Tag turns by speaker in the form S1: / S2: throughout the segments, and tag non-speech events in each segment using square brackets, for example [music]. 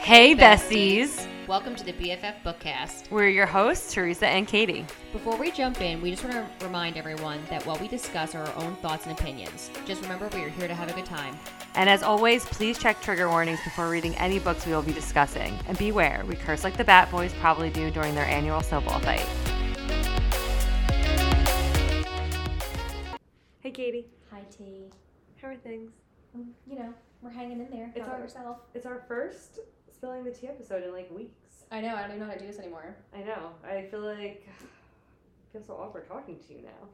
S1: Hey, besties.
S2: Welcome to the BFF Bookcast.
S1: We're your hosts, Teresa and Katie.
S2: Before we jump in, we just want to remind everyone that what we discuss are our own thoughts and opinions. Just remember, we are here to have a good time.
S1: And as always, please check trigger warnings before reading any books we will be discussing. And beware, we curse like the Bat Boys probably do during their annual snowball fight.
S3: Hey, Katie.
S4: Hi, T.
S3: How are things?
S4: Mm, You know, we're hanging in there.
S3: It's
S4: How about
S3: all-
S4: yourself?
S3: It's our first spilling the tea episode in like weeks.
S4: I know. I don't even know how to do this anymore.
S3: I know. I feel like [sighs] I feel so awkward talking to you now.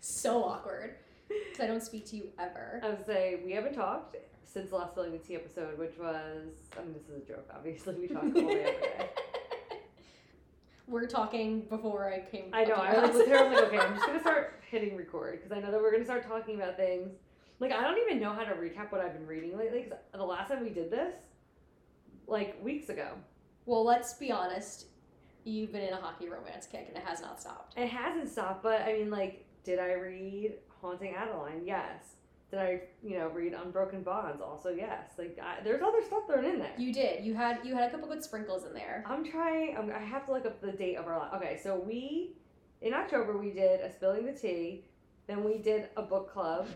S4: So awkward because I don't speak to you ever.
S3: I would say we haven't talked since the last spilling the tea episode, which was I mean this is a joke. Obviously, we talked all day every day.
S4: we're talking before I came.
S3: I know.
S4: up to
S3: I was like,
S4: us.
S3: with her, I'm like, okay, I'm just gonna start hitting record because I know that we're gonna start talking about things. Like, I don't even know how to recap what I've been reading lately. Cause the last time we did this, like weeks ago,
S4: well, let's be honest. You've been in a hockey romance kick, and it has not stopped.
S3: It hasn't stopped, but I mean, like, did I read Haunting Adeline? Yes. Did I, you know, read Unbroken Bonds? Also, yes. Like, I, there's other stuff thrown in there.
S4: You did. You had you had a couple good sprinkles in there.
S3: I'm trying. I'm, I have to look up the date of our last. Okay, so we in October we did a spilling the tea, then we did a book club,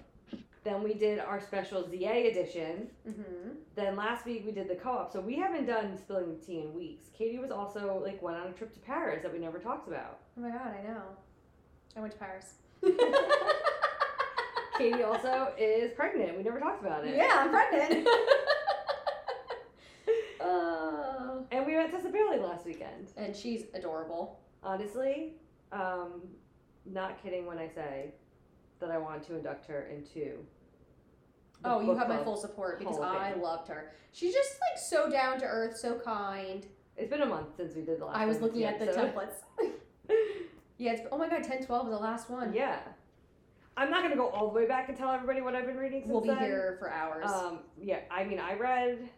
S3: then we did our special ZA edition.
S4: Mm-hmm.
S3: Then last week we did the co-op. So we haven't done spilling the tea in weeks. Katie was also like went on a trip to Paris that we never talked about.
S4: Oh my god, I know. I went to Paris. [laughs]
S3: Katie also is pregnant. We never talked about it.
S4: yeah, I'm pregnant. Oh.
S3: And we went to Sibylle last weekend.
S4: and she's adorable.
S3: Honestly, um, not kidding when I say that I want to induct her into. the
S4: Oh, you
S3: book
S4: have my
S3: club.
S4: full support because
S3: Hall of
S4: I
S3: Fame.
S4: loved her. She's just like so down to earth, so kind.
S3: It's been a month since we did the last.
S4: I was
S3: one,
S4: looking at the
S3: so-
S4: templates. yeah, it's oh my god, 10 12 was the last one.
S3: Yeah, I'm not gonna go all the way back and tell everybody what I've been reading. Since
S4: We'll be
S3: then.
S4: here for hours.
S3: Um, yeah, I mean, I read.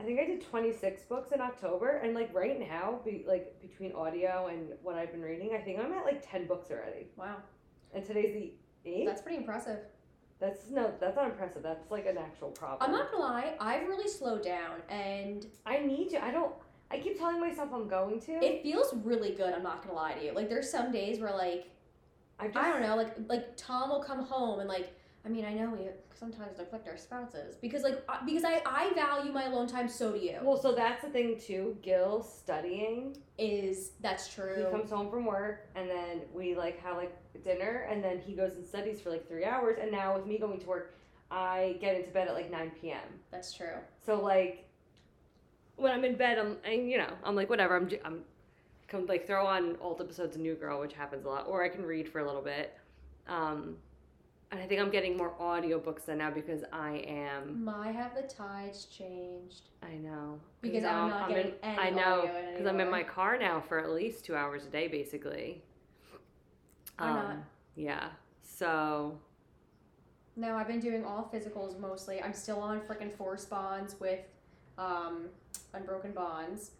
S3: I think I did 26 books in October, and like right now, be, like between audio and what I've been reading, I think I'm at like 10 books already.
S4: wow.
S3: And today's the eighth.
S4: That's pretty impressive.
S3: That's no, that's not impressive. That's like an actual problem.
S4: I'm not gonna lie, I've really slowed down and
S3: I need to. I don't. I keep telling myself I'm going to.
S4: it feels really good, I'm not gonna lie to you. Like there's some days where like
S3: I, just,
S4: I don't know, like like Tom will come home and like I mean I know we sometimes neglect our spouses because like I- because I I value my alone time so do you
S3: Well, so that's the thing too. Gil studying.
S4: is that's true
S3: He comes home from work, and then we like have like dinner, and then he goes and studies for like three hours. And now with me going to work, I get into bed at like 9 p.m.
S4: that's true
S3: So like, when I'm in bed, I'm I, you know I'm like whatever. I'm j- I'm come like throw on old episodes of New Girl, which happens a lot, or I can read for a little bit. Um, and I think I'm getting more audiobooks than now because I am.
S4: my have the tides changed
S3: I know
S4: because
S3: now
S4: I'm not
S3: in-
S4: getting any
S3: I know
S4: audio in
S3: because I'm in my
S4: anymore.
S3: car now for at least two hours a day, basically. Um,
S4: Or not.
S3: Yeah. So
S4: no I've been doing all physicals mostly I'm still on freaking force bonds with um unbroken bonds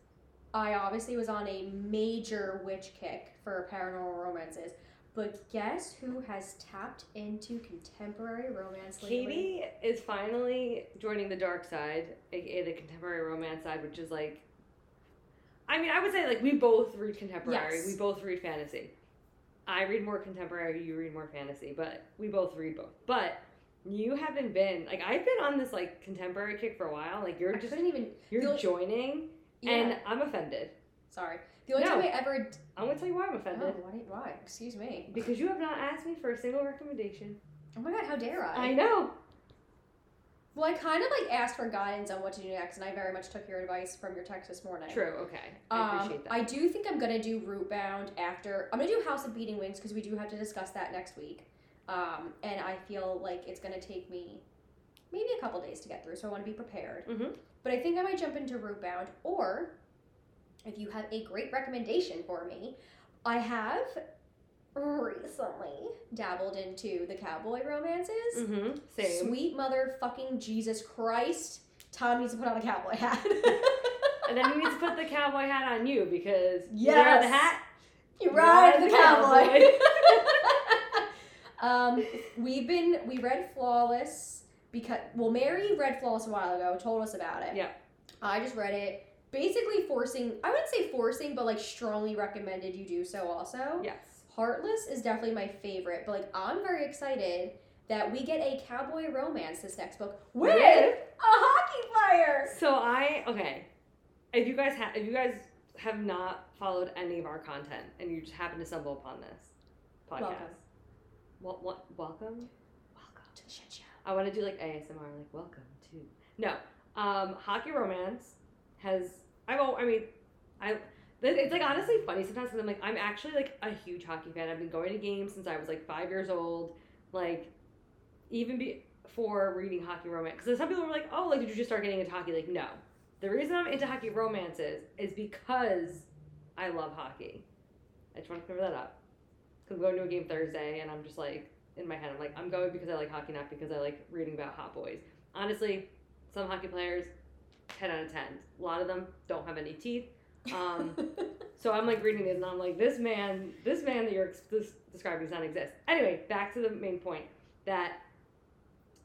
S4: I obviously was on a major witch kick for paranormal romances but guess who has tapped into contemporary romance lately?
S3: Katie is finally joining the dark side, aka the contemporary romance side, which is like. I mean, I would say like we both read contemporary.
S4: Yes.
S3: We both read fantasy. I read more contemporary. You read more fantasy, but we both read both. But you haven't been like I've been on this like contemporary kick for a while. Like you're
S4: I
S3: just
S4: couldn't even
S3: you're
S4: feel-
S3: joining,
S4: yeah,
S3: and I'm offended.
S4: sorry the only
S3: No.
S4: time I ever
S3: I'm gonna tell you why I'm
S4: oh,
S3: offended.
S4: why, why excuse me
S3: Because you have not asked me for a single recommendation.
S4: Oh my god, how dare I?
S3: I know.
S4: Well, I kind of like asked for guidance on what to do next, and I very much took your advice from your text this morning.
S3: True. Okay.
S4: Um,
S3: I appreciate that.
S4: I do think I'm gonna do Root Bound after. I'm gonna do House of Beating Wings because we do have to discuss that next week. Um, and I feel like it's gonna take me maybe a couple days to get through, so I want to be prepared.
S3: Mhm.
S4: But I think I might jump into Root Bound, or if you have a great recommendation for me, I have recently dabbled into the cowboy romances.
S3: mm-hmm. Same.
S4: Sweet motherfucking Jesus Christ. Tom needs to put on a cowboy hat. [laughs]
S3: And then you need to put the cowboy hat on you because you wear
S4: Yes.
S3: the hat.
S4: you
S3: Ride
S4: ride
S3: the
S4: the cowboy. [laughs] um, we've been we read Flawless because well Mary read Flawless a while ago, told us about it.
S3: Yeah.
S4: I just read it, basically forcing, I wouldn't say forcing, but like strongly recommended you do so also.
S3: Yes.
S4: Heartless is definitely my favorite, but like I'm very excited that we get a cowboy romance this next book with
S3: With-
S4: a hockey player.
S3: So I okay. If you guys have if you guys have not followed any of our content and you just happen to stumble upon this podcast,
S4: Welcome.
S3: Wel- wel- welcome. Welcome.
S4: To the shit show.
S3: I want to do like ASMR, like welcome to. No, um, hockey romance has. I've. al- I mean, I. th- It's like honestly funny sometimes because I'm like I'm actually like a huge hockey fan. I've been going to games since I was like five years old. Like, even before reading hockey romance, because some people were like, "Oh, like did you just start getting into hockey?" Like, no. The reason I'm into hockey romances is because I love hockey. I just want to cover that up. Cause I'm going to a game Thursday, and I'm just like, in my head. I'm like, I'm going because I like hockey, not because I like reading about hot boys. Honestly, some hockey players, 10 out of 10. A lot of them don't have any teeth. Um, so I'm like reading this and I'm like, this man, this man that you're ex- this, describing does not exist. Anyway, back to the main point that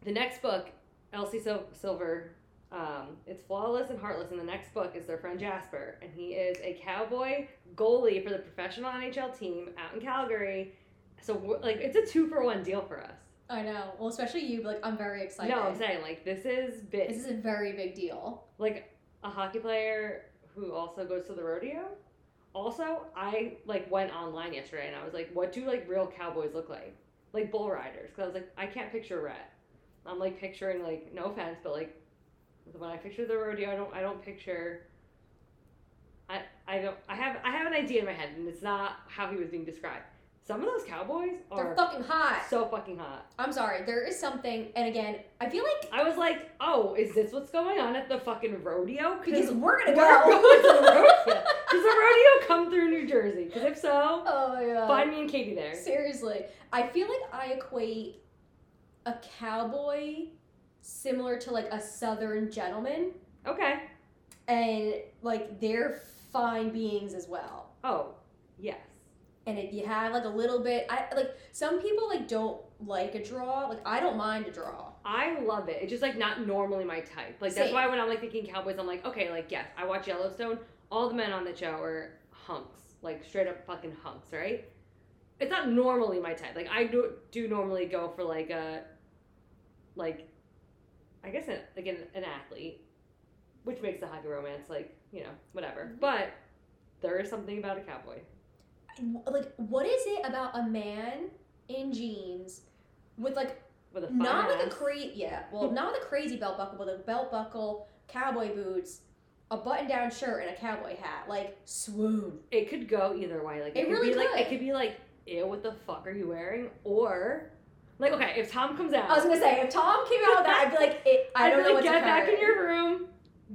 S3: the next book, Elsie Sil- Silver, um, it's Flawless and Heartless, and the next book is their friend Jasper, and he is a cowboy goalie for the professional NHL team out in Calgary. So we're, like, it's a two for one deal for us.
S4: I know. Well, especially you, but like I'm very excited.
S3: no, I'm saying like this is big,
S4: this is a very big deal.
S3: like a hockey player who also goes to the rodeo. Also, I like went online yesterday and I was like, what do like real cowboys look like? Like bull riders, because I was like, I can't picture a rat. I'm like picturing like no offense, but like when I picture the rodeo, I don't I don't picture. I I don't I have I have an idea in my head and it's not how he was being described. Some of those cowboys
S4: They're
S3: are
S4: fucking hot.
S3: so fucking hot.
S4: I'm sorry. There is something, and again, I feel like
S3: I was like, oh, is this what's going on at the fucking rodeo?
S4: because we're gonna
S3: Where-
S4: go.
S3: Does the rodeo- does the rodeo come through New Jersey? Because if so,
S4: [laughs] oh my god.
S3: find me and Katie there.
S4: Seriously, I feel like I equate a cowboy similar to like a southern gentleman,
S3: Okay.
S4: and like they're fine beings as well.
S3: Oh, yes.
S4: and if you have like a little bit i like some people like don't like a draw like i don't mind a draw
S3: I love it. It's just like not normally my type. Like that's
S4: Same.
S3: why when I'm like thinking Cowboys, I'm like, okay, like yes, I watch Yellowstone. All the men on the show are hunks, like straight up fucking hunks, right? It's not normally my type. Like I do, do normally go for like a, like, I guess an, like an, an athlete, which makes the hockey romance like you know whatever.
S4: Mm-hmm.
S3: But there is something about a cowboy.
S4: like what is it about a man in jeans with like
S3: with a fine
S4: not like
S3: ass.
S4: a crazy yeah well not with a crazy belt buckle but a belt buckle cowboy boots a button-down shirt and a cowboy hat like swoon
S3: It could go either way. Like
S4: It
S3: it, could
S4: really
S3: be like
S4: could.
S3: it could be like, ew, what the fuck are you wearing? Or like, okay, if Tom comes out,
S4: i was gonna say if tom came out with that i'd be like it,
S3: [laughs]
S4: i
S3: I'd
S4: don't
S3: be
S4: know
S3: like,
S4: what
S3: get
S4: to
S3: back in
S4: call it.
S3: your room,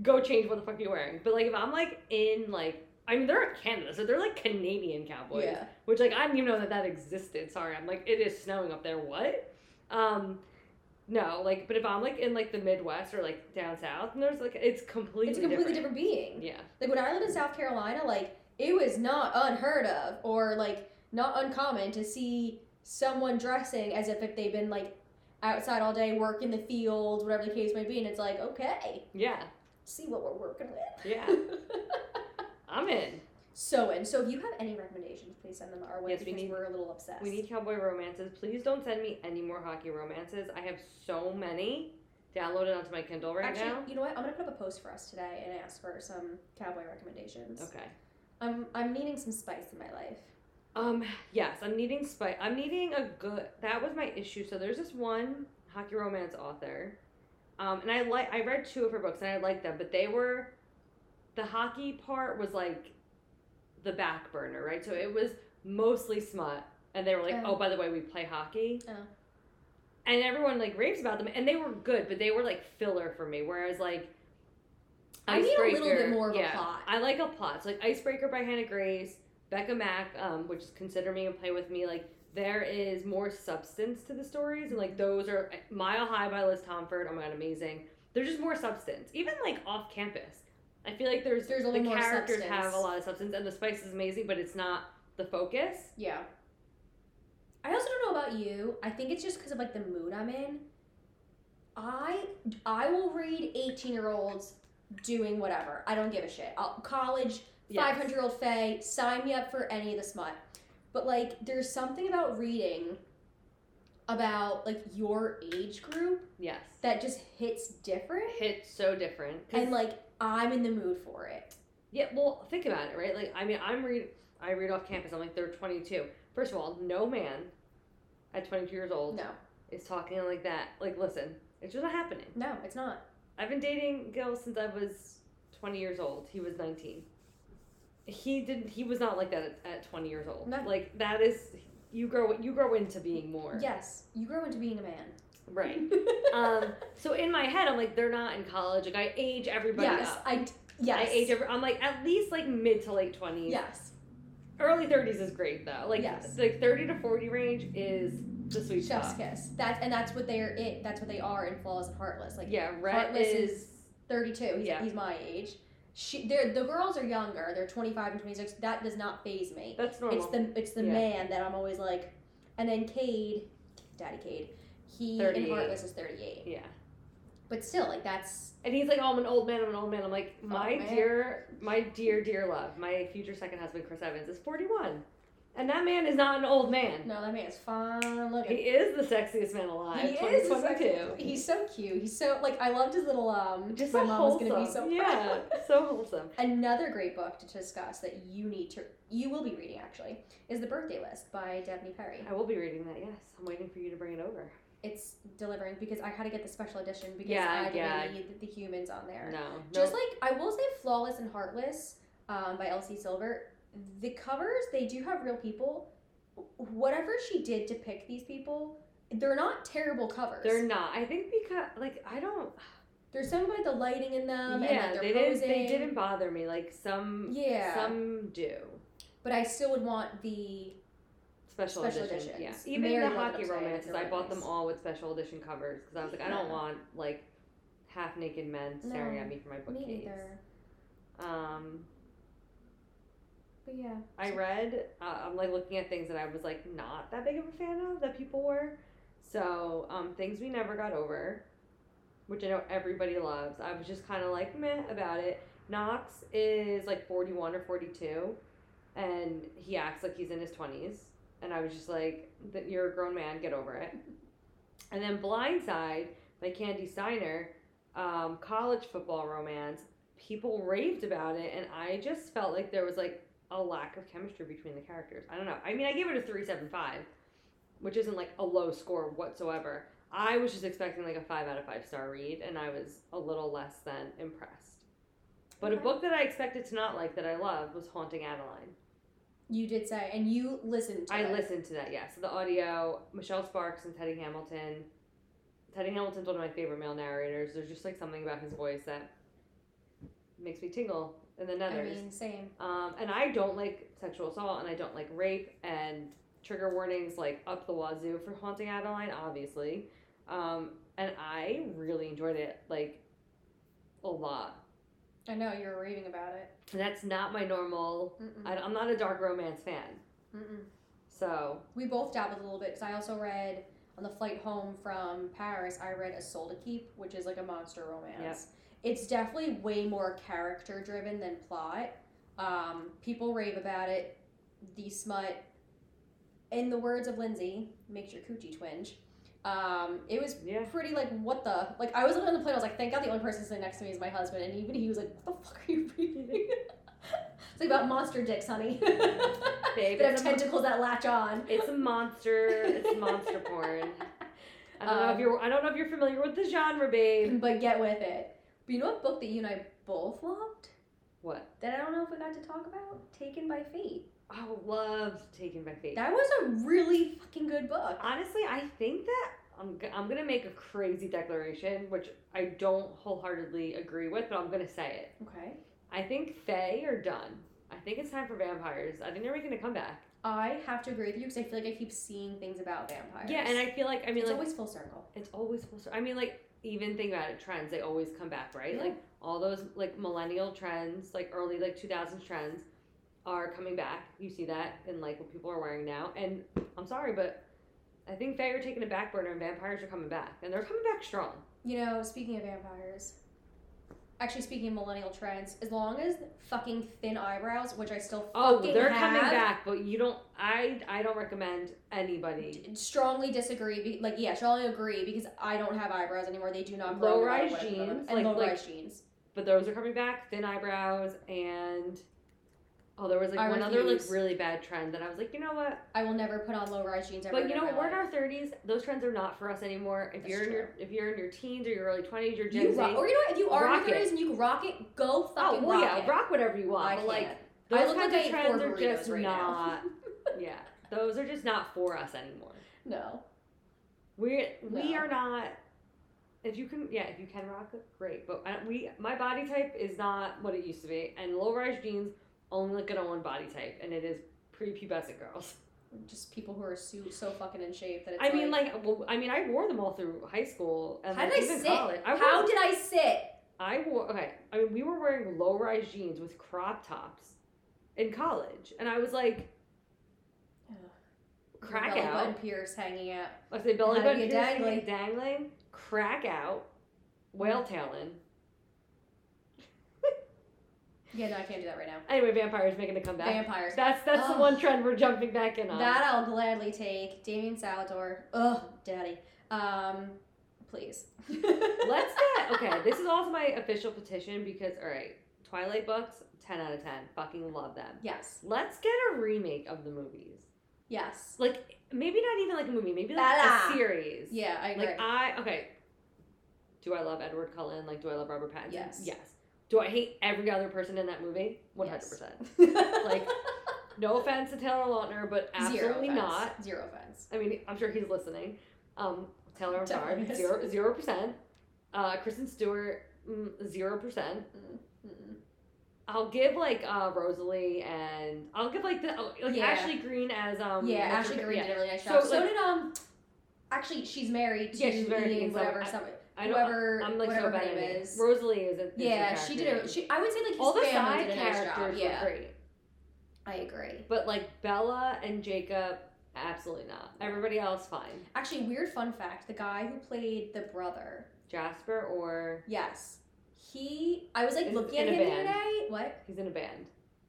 S3: go change what the fuck you're wearing. But like, if I'm like in like, I mean, they're in Canada, so they're like Canadian cowboys.
S4: yeah
S3: which like I didn't even know that that existed. Sorry, I'm like it is snowing up there. What? Um, no, like but if I'm like in like the Midwest or like down south, and there's like it's completely
S4: it's a completely
S3: different.
S4: different being
S3: Yeah,
S4: Like when I lived in South Carolina, like it was not unheard of or like not uncommon to see someone dressing as if, if they've been like outside all day, work in the field, whatever the case may be, and it's like, okay,
S3: yeah,
S4: see what we're working with. [laughs]
S3: yeah. I'm in.
S4: So and so if you have any recommendations, please send them our way
S3: Yes, we
S4: because
S3: need-
S4: are a little obsessed.
S3: We need cowboy romances. Please don't send me any more hockey romances. I have so many downloaded onto my Kindle right
S4: Actually,
S3: now.
S4: you know what? I'm gonna put up a post for us today and ask for some cowboy recommendations.
S3: Okay.
S4: I'm I'm needing some spice in my life.
S3: Um. Yes, I'm needing spice. I'm needing a good. That was my issue. So there's this one hockey romance author, um, and I like. I read two of her books and I liked them, but they were, the hockey part was like, the back burner, right? So it was mostly smut, and they were like,
S4: Oh.
S3: oh, by the way, we play hockey.
S4: Oh.
S3: And everyone like raves about them, and they were good, but they were like filler for me. Whereas like,
S4: I need a little bit
S3: Icebreaker-
S4: more of
S3: yeah.
S4: a plot.
S3: I like a plot. So like Icebreaker by Hannah Grace, Becca Mack, um, which is Consider Me and Play With Me, like there is more substance to the stories and like those are uh, Mile High by Liz Tomford, oh my god, amazing. There's just more substance. Even like off campus. I feel like there's,
S4: There's a
S3: the
S4: little more
S3: characters have
S4: substance.
S3: a lot of substance and the spice is amazing, but it's not the focus.
S4: Yeah. I also don't know about you. I think it's just because of like the mood I'm in. I I will read 18 year olds doing whatever. I don't give a shit. I'll, college,
S3: Yes.
S4: five hundred year old Faye, sign me up for any of the smut. But like, there's something about reading about like your age group
S3: Yes.
S4: that just hits different,
S3: Hits so different. 'cause-
S4: and like I'm in the mood for it.
S3: Yeah, well, think about it, right? Like, I mean, I'm read, I read off campus. I'm like, they're 22. First of all, no man at 22 years old
S4: No,
S3: is talking like that. Like, listen, it's just not happening.
S4: no, it's not.
S3: I've been dating Gil since I was 20 years old. He was 19. He didn't. He was not like that at, at 20 years old.
S4: No.
S3: Like that is, you grow. You grow into being more.
S4: Yes, you grow into being a man.
S3: Right.
S4: [laughs]
S3: um. So in my head, I'm like, they're not in college. Like I age everybody
S4: yes,
S3: up.
S4: I. d- Yes,
S3: I age. Every, I'm like at least like mid to late 20s.
S4: yes,
S3: early 30s is great though like
S4: Yes.
S3: like 30 to 40 range is the sweet
S4: chef's
S3: spot
S4: kiss. That and that's what they're it. That's what they are in Flawless and Heartless. Like
S3: yeah red
S4: Heartless
S3: is,
S4: is 32. He's,
S3: Yeah.
S4: he's my age. She, they're, the girls are younger. They're 25 and 26. That does not phase me.
S3: that's normal
S4: It's the it's the
S3: Yeah.
S4: man that I'm always like. And then Cade, Daddy Cade, he in
S3: 38.
S4: Heartless is 38.
S3: yeah
S4: But still, like that's
S3: and he's like oh i'm an old man i'm an old man i'm like my
S4: Oh, man.
S3: dear my dear dear love my future second husband chris evans is 41 and that man is not an old man
S4: no, that man is fine
S3: he
S4: looking.
S3: is the sexiest man alive
S4: He is the
S3: 2022.
S4: sexiest- He's so cute. He's so like I loved his little um.
S3: just
S4: my
S3: so
S4: mom
S3: wholesome
S4: was gonna be so
S3: yeah
S4: proud.
S3: [laughs] so wholesome
S4: Another great book to discuss that you need to you will be reading actually is The Birthday List by Dabney Perry.
S3: i will be reading that yes i'm waiting for you to bring it over
S4: it's delivering because I had to get the special edition because
S3: Yeah,
S4: I didn't
S3: yeah.
S4: need the humans on there.
S3: no
S4: Just
S3: no.
S4: like I will say, "Flawless and Heartless" um, by Elsie Silver. The covers they do have real people. Whatever she did to pick these people, they're not terrible covers.
S3: they're not i think because like i don't
S4: There's something about the lighting in them. and
S3: yeah,
S4: that
S3: they
S4: they're posing.
S3: didn't. They didn't bother me. Like some,
S4: Yeah,
S3: some do
S4: but I still would want the
S3: special,
S4: Special
S3: edition.
S4: editions.
S3: Yeah, even
S4: Mary
S3: the
S4: looked
S3: hockey
S4: upside down
S3: romances.
S4: for
S3: I bought
S4: romance.
S3: them all with special edition covers because I was like, I don't
S4: Yeah.
S3: want like half naked men staring
S4: No,
S3: at me from my
S4: me
S3: bookcase.
S4: either.
S3: Um,
S4: But yeah,
S3: I read. Uh, I'm like looking at things that I was like not that big of a fan of that people were. So um, things we never got over, which I know everybody loves. I was just kind of like meh about it. Knox is like 41 or 42, and he acts like he's in his 20s. And I was just like, "Th- "You're a grown man. Get over it." And then Blindside by Candy Steiner, um, college football romance. People raved about it, and I just felt like there was like a lack of chemistry between the characters. I don't know. I mean, I gave it a 375, which isn't like a low score whatsoever. I was just expecting like a 5 out of 5 star read and I was a little less than impressed. But a
S4: Okay.
S3: book that I expected to not like that I loved was Haunting Adeline.
S4: you did say, and you listened. to
S3: I
S4: it.
S3: listened to that, yeah. So the audio, Michelle Sparks and Teddy Hamilton. Teddy Hamilton's one of my favorite male narrators. There's just like something about his voice that makes me tingle in the
S4: I
S3: nethers.
S4: mean, same.
S3: Um, and I don't like sexual assault and I don't like rape and trigger warnings like up the wazoo for Haunting Adeline, obviously. Um, and I really enjoyed it like a lot.
S4: I know you were raving about it.
S3: And that's not my normal,
S4: Mm-mm.
S3: I, I'm not a dark romance fan.
S4: Mm-mm.
S3: So,
S4: we both dabbled a little bit because I also read on the flight home from Paris. I read A Soul to Keep, which is like a monster romance. It's definitely way more character driven than plot. Um, people rave about it. The smut, in the words of Lindsay, makes your coochie twinge. Um, it was [laughs]
S3: yeah.
S4: pretty like what the like I was looking on the plane. I was like, thank God the only person sitting next to me is my husband, and even he was like, what the fuck are you reading? [laughs] it's like about monster dicks, honey. [laughs]
S3: Babe,
S4: that have
S3: it's, a, mon-
S4: tentacles that latch on.
S3: it's a monster, it's monster porn. I don't know if
S4: Um,
S3: you're I don't know if you're familiar with the genre, babe.
S4: But get with it. But you know what book that you and I both loved
S3: What?
S4: that I don't know if we got to talk about? Taken by Fate.
S3: Oh, love taken by faith.
S4: That was a really fucking good book.
S3: Honestly, I think that I'm, g- I'm gonna make a crazy declaration, which I don't wholeheartedly agree with, but I'm gonna say it.
S4: Okay.
S3: I think Fae are done. I think it's time for vampires. I think they're making a comeback.
S4: I have to agree with you because I feel like I keep seeing things about vampires.
S3: Yeah, and I feel like I mean,
S4: it's
S3: like
S4: always full circle.
S3: it's always full. cir- I mean, like even think about it, trends they always come back, right?
S4: Yeah.
S3: Like all those like millennial trends, like early like 2000s trends, are coming back. You see that in like what people are wearing now. And I'm sorry, but I think Fae are taking a back burner, and vampires are coming back, and they're coming back strong.
S4: You know, speaking of vampires, Actually, speaking of millennial trends, as long as fucking thin eyebrows, which I still
S3: Oh,
S4: fucking
S3: they're
S4: have,
S3: coming back, but you don't. I I don't recommend anybody.
S4: Strongly disagree. be- Like, yeah, strongly agree because I don't have eyebrows anymore. They do not grow. no matter
S3: Low-rise
S4: what I put on them.
S3: jeans,
S4: and
S3: like-
S4: low
S3: like-
S4: rise jeans.
S3: But those are coming back. Thin eyebrows and oh, there was like
S4: I
S3: one other like
S4: refuse.
S3: really bad trend that I was like, you know what?
S4: I will never put on low rise jeans. Ever
S3: But you
S4: again
S3: know,
S4: in my
S3: we're in
S4: life.
S3: our thirties. Those trends are not for us anymore. If
S4: That's
S3: you're in your if you're in your teens or your early twenties, you're Gen
S4: You
S3: Z.
S4: rock, or you know what? If you are in
S3: Rock
S4: your
S3: it.
S4: 30s and you can rock it, go
S3: oh
S4: fucking
S3: well,
S4: rock
S3: yeah,
S4: it.
S3: rock whatever you want.
S4: I
S3: but
S4: can't.
S3: like
S4: I
S3: those
S4: look
S3: kinds
S4: like I
S3: of
S4: ate four
S3: trends are just
S4: burritos right now.
S3: not.
S4: [laughs]
S3: yeah, those are just not for us anymore.
S4: no.
S3: We we
S4: No.
S3: are not. If you can, yeah, if you can rock it, great. But I, we, my body type is not what it used to be, and low-rise jeans only look good on one body type, and it is prepubescent girls.
S4: Just people who are so, so fucking in shape that it's
S3: I mean, like, well, I mean, I wore them all through high school and
S4: how
S3: like,
S4: did I
S3: even
S4: sit?
S3: college. I wore,
S4: how did I sit?
S3: I wore okay. I mean, we were wearing low-rise jeans with crop tops in college, and I was like, crack
S4: belly
S3: out.
S4: button pierce hanging out.
S3: I say belly
S4: How do
S3: button
S4: you
S3: piercing
S4: dangling? Mm.
S3: and dangling, crack out, whale tailing.
S4: Yeah, no, I can't do that right now.
S3: Anyway, vampires making a comeback.
S4: Vampires.
S3: That's that's
S4: Ugh.
S3: the one trend we're jumping back in on.
S4: That I'll gladly take. Damien Salvador. Ugh, daddy. Um,
S3: [laughs]
S4: please.
S3: Let's get okay. This is also my official petition because all right, Twilight books, ten out of ten, fucking love them.
S4: Yes.
S3: Let's get a remake of the movies.
S4: Yes.
S3: Like maybe not even like a movie, maybe like
S4: Bella.
S3: a series.
S4: Yeah, I agree.
S3: Like I okay. Do I love Edward Cullen? Like do I love Robert Pattinson?
S4: Yes.
S3: Yes. Do I hate every other person in that movie? One hundred
S4: Yes.
S3: percent. Like
S4: [laughs]
S3: no offense to Taylor Lautner, but absolutely
S4: Zero offense.
S3: not.
S4: Zero offense.
S3: I mean, I'm sure he's listening. Um, Taylor, I'm sorry,
S4: Definitely
S3: zero zero percent. Uh, Kristen Stewart, mm, zero percent.
S4: Mm, mm-mm.
S3: I'll give like uh, Rosalie and I'll give like the oh, like
S4: Yeah.
S3: Ashley Green as um
S4: yeah,
S3: what's her
S4: Ashley
S3: fa-
S4: Green
S3: yeah.
S4: did a really nice
S3: So,
S4: job. So,
S3: like-
S4: did um. Actually, she's married to
S3: Yeah, she's married to
S4: Ian,
S3: Ian, so
S4: whatever,
S3: I-
S4: some,
S3: I don't.
S4: whoever,
S3: I'm like
S4: whatever
S3: so bad
S4: her
S3: at
S4: name
S3: names.
S4: is.
S3: Rosalie is. A, is the
S4: yeah, she did
S3: character.
S4: a. She, I would say like his
S3: All the
S4: family
S3: side
S4: did a nice job.
S3: characters
S4: Yeah,
S3: were great,
S4: I agree.
S3: but like Bella and Jacob, absolutely not. Everybody else, fine.
S4: Actually, weird fun fact: the guy who played the brother,
S3: Jasper or
S4: yes, he. I was like
S3: Is-
S4: looking at
S3: in a
S4: him
S3: band.
S4: today. What?
S3: he's in a band.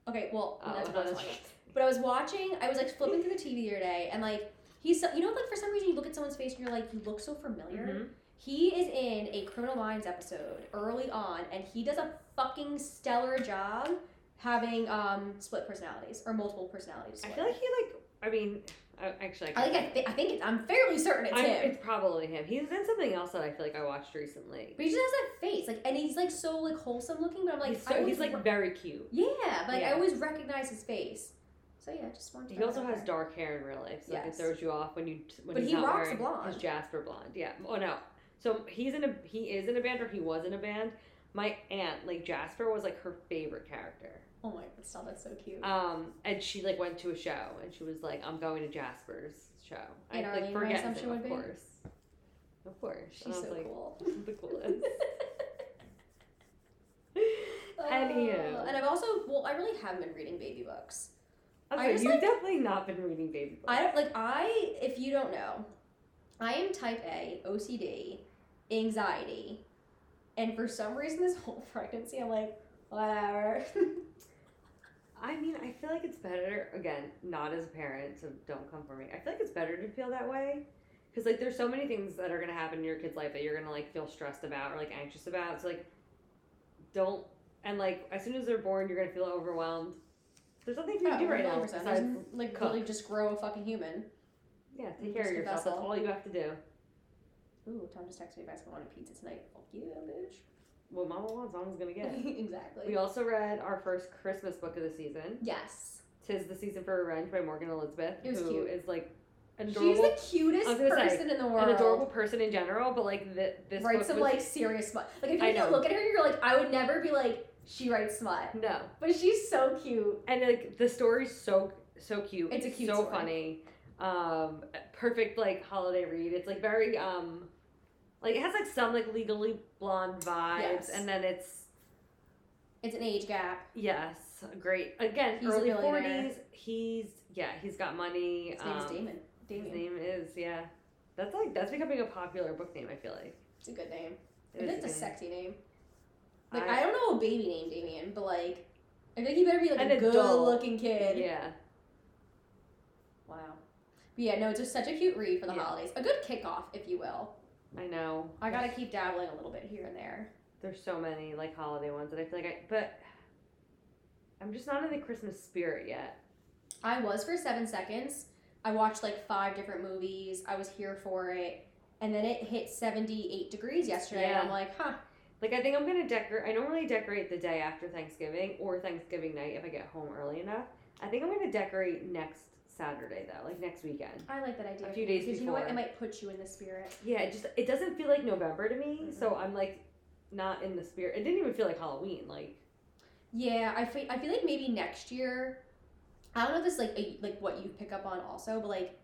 S4: Okay, well,
S3: Oh,
S4: that's
S3: no,
S4: what I was
S3: that's-
S4: watching. But I was watching. I was like flipping through the TV the other day, and like he's, so- you know, like for some reason you look at someone's face and you're like, you look so familiar.
S3: Mhm.
S4: He is in a Criminal Minds episode early on, and he does a fucking stellar job having um split personalities or multiple personalities.
S3: I
S4: split.
S3: feel like he like. I mean, I, actually, I
S4: I
S3: can't
S4: like. I, thi- I think it's, I'm fairly certain it's
S3: I,
S4: him.
S3: it's probably him. He's in something else that I feel like I watched recently.
S4: But he just has that face, like, and he's like so like wholesome looking. But I'm like,
S3: he's, so-
S4: I always
S3: he's, like
S4: re-
S3: very cute.
S4: yeah, but like, I
S3: Yeah.
S4: always recognize his face. So yeah, just wanted to.
S3: He
S4: throw
S3: also
S4: that
S3: has
S4: out
S3: dark hair in real life, so like, it
S4: Yes.
S3: throws you off when you when
S4: But
S3: he's
S4: he
S3: not
S4: rocks a
S3: wearing
S4: blonde.
S3: his Jasper blonde. Yeah. Oh no. So he's in a he is in a band or he was in a band. My aunt, like Jasper, was like her favorite character.
S4: there. Oh my god, stop! That's so cute.
S3: Um, and she like went to a show and she was like, "I'm going to Jasper's show." I
S4: In
S3: like
S4: Arlene, my
S3: forget
S4: assumption
S3: him,
S4: would
S3: of
S4: be?
S3: course. Of course. and
S4: She's
S3: I
S4: so
S3: was like,
S4: cool.
S3: the
S4: [laughs]
S3: coolest.
S4: Oh,
S3: Anywho.
S4: and I've also well, I really haven't been reading baby books.
S3: I was
S4: I
S3: like,
S4: just,
S3: you've
S4: like-
S3: definitely not been reading baby books.
S4: I don't like I. If you don't know, I am type A, OCD, anxiety, and for some reason this whole [laughs] pregnancy, I'm like
S3: [laughs]
S4: whatever.
S3: I mean, I feel like it's better again, not as a parent, so don't come for me. I feel like it's better to feel that way because like there's so many things that are gonna happen in your kid's life that you're gonna like feel stressed about or like anxious about. So like, don't and like as soon as they're born, you're gonna feel overwhelmed. There's nothing for you to do right now.
S4: 100%. There's,
S3: besides,
S4: like
S3: cook.
S4: really just grow a fucking human.
S3: yeah, take care of
S4: just a
S3: yourself. That's
S4: vessel.
S3: all you have to do.
S4: Ooh, Tom just texted me back. so I want a pizza tonight. Fuck you, bitch.
S3: What Mama wants, Mama's gonna
S4: [laughs]
S3: get.
S4: exactly.
S3: We also read our first Christmas book of the season.
S4: yes.
S3: Tis the Season for Revenge by Morgan Elizabeth,
S4: It was
S3: who
S4: cute.
S3: is like an
S4: She's
S3: adorable
S4: the cutest
S3: I was gonna say,
S4: person in the world.
S3: an adorable person in general, but like th- this
S4: writes
S3: book
S4: some
S3: was-
S4: like serious smut. Like if
S3: I
S4: you
S3: know.
S4: look at her, you're like, I would never be like, she writes smut.
S3: no,
S4: But she's so cute.
S3: and like the story's so so cute.
S4: It's a cute
S3: so
S4: story.
S3: funny. Um, perfect like holiday read. It's like very um, like it has like some like legally blonde vibes,
S4: Yes.
S3: and then it's
S4: It's an age gap.
S3: yes, great again
S4: He's a
S3: early
S4: billionaire.
S3: forties. He's yeah, he's got money.
S4: His name is
S3: um,
S4: Damon. Damon.
S3: His name is yeah. That's like that's becoming a popular book name. I feel like
S4: It's a good name.
S3: It is
S4: It is
S3: a
S4: a
S3: good name.
S4: sexy name. Like
S3: I-
S4: I, don't know a baby named Damien, but like I think he better be like
S3: An
S4: a
S3: adult.
S4: good-looking kid.
S3: Yeah.
S4: Wow. But yeah, no, it's just such a cute read for the
S3: Yeah.
S4: holidays. A good kickoff, if you will.
S3: I know.
S4: I gotta keep dabbling a little bit here and there.
S3: There's so many like holiday ones that I feel like I but I'm just not in the Christmas spirit yet.
S4: I was for seven seconds. I watched like five different movies. I was here for it. And then it hit 78 degrees yesterday. And I'm
S3: Yeah.
S4: like, huh,
S3: Like I think I'm gonna decorate. I normally decorate the day after Thanksgiving or Thanksgiving night if I get home early enough. I think I'm gonna decorate next Saturday though, like next weekend.
S4: I like that idea.
S3: A few days
S4: Because you know what?
S3: before.
S4: It might put you in the spirit.
S3: Yeah, it just it doesn't feel like November to me, so I'm like not in the spirit. It didn't even feel like Halloween. Like
S4: Yeah, I feel, I feel like maybe next year, I don't know if this is like, a, like what you pick up on also, but like,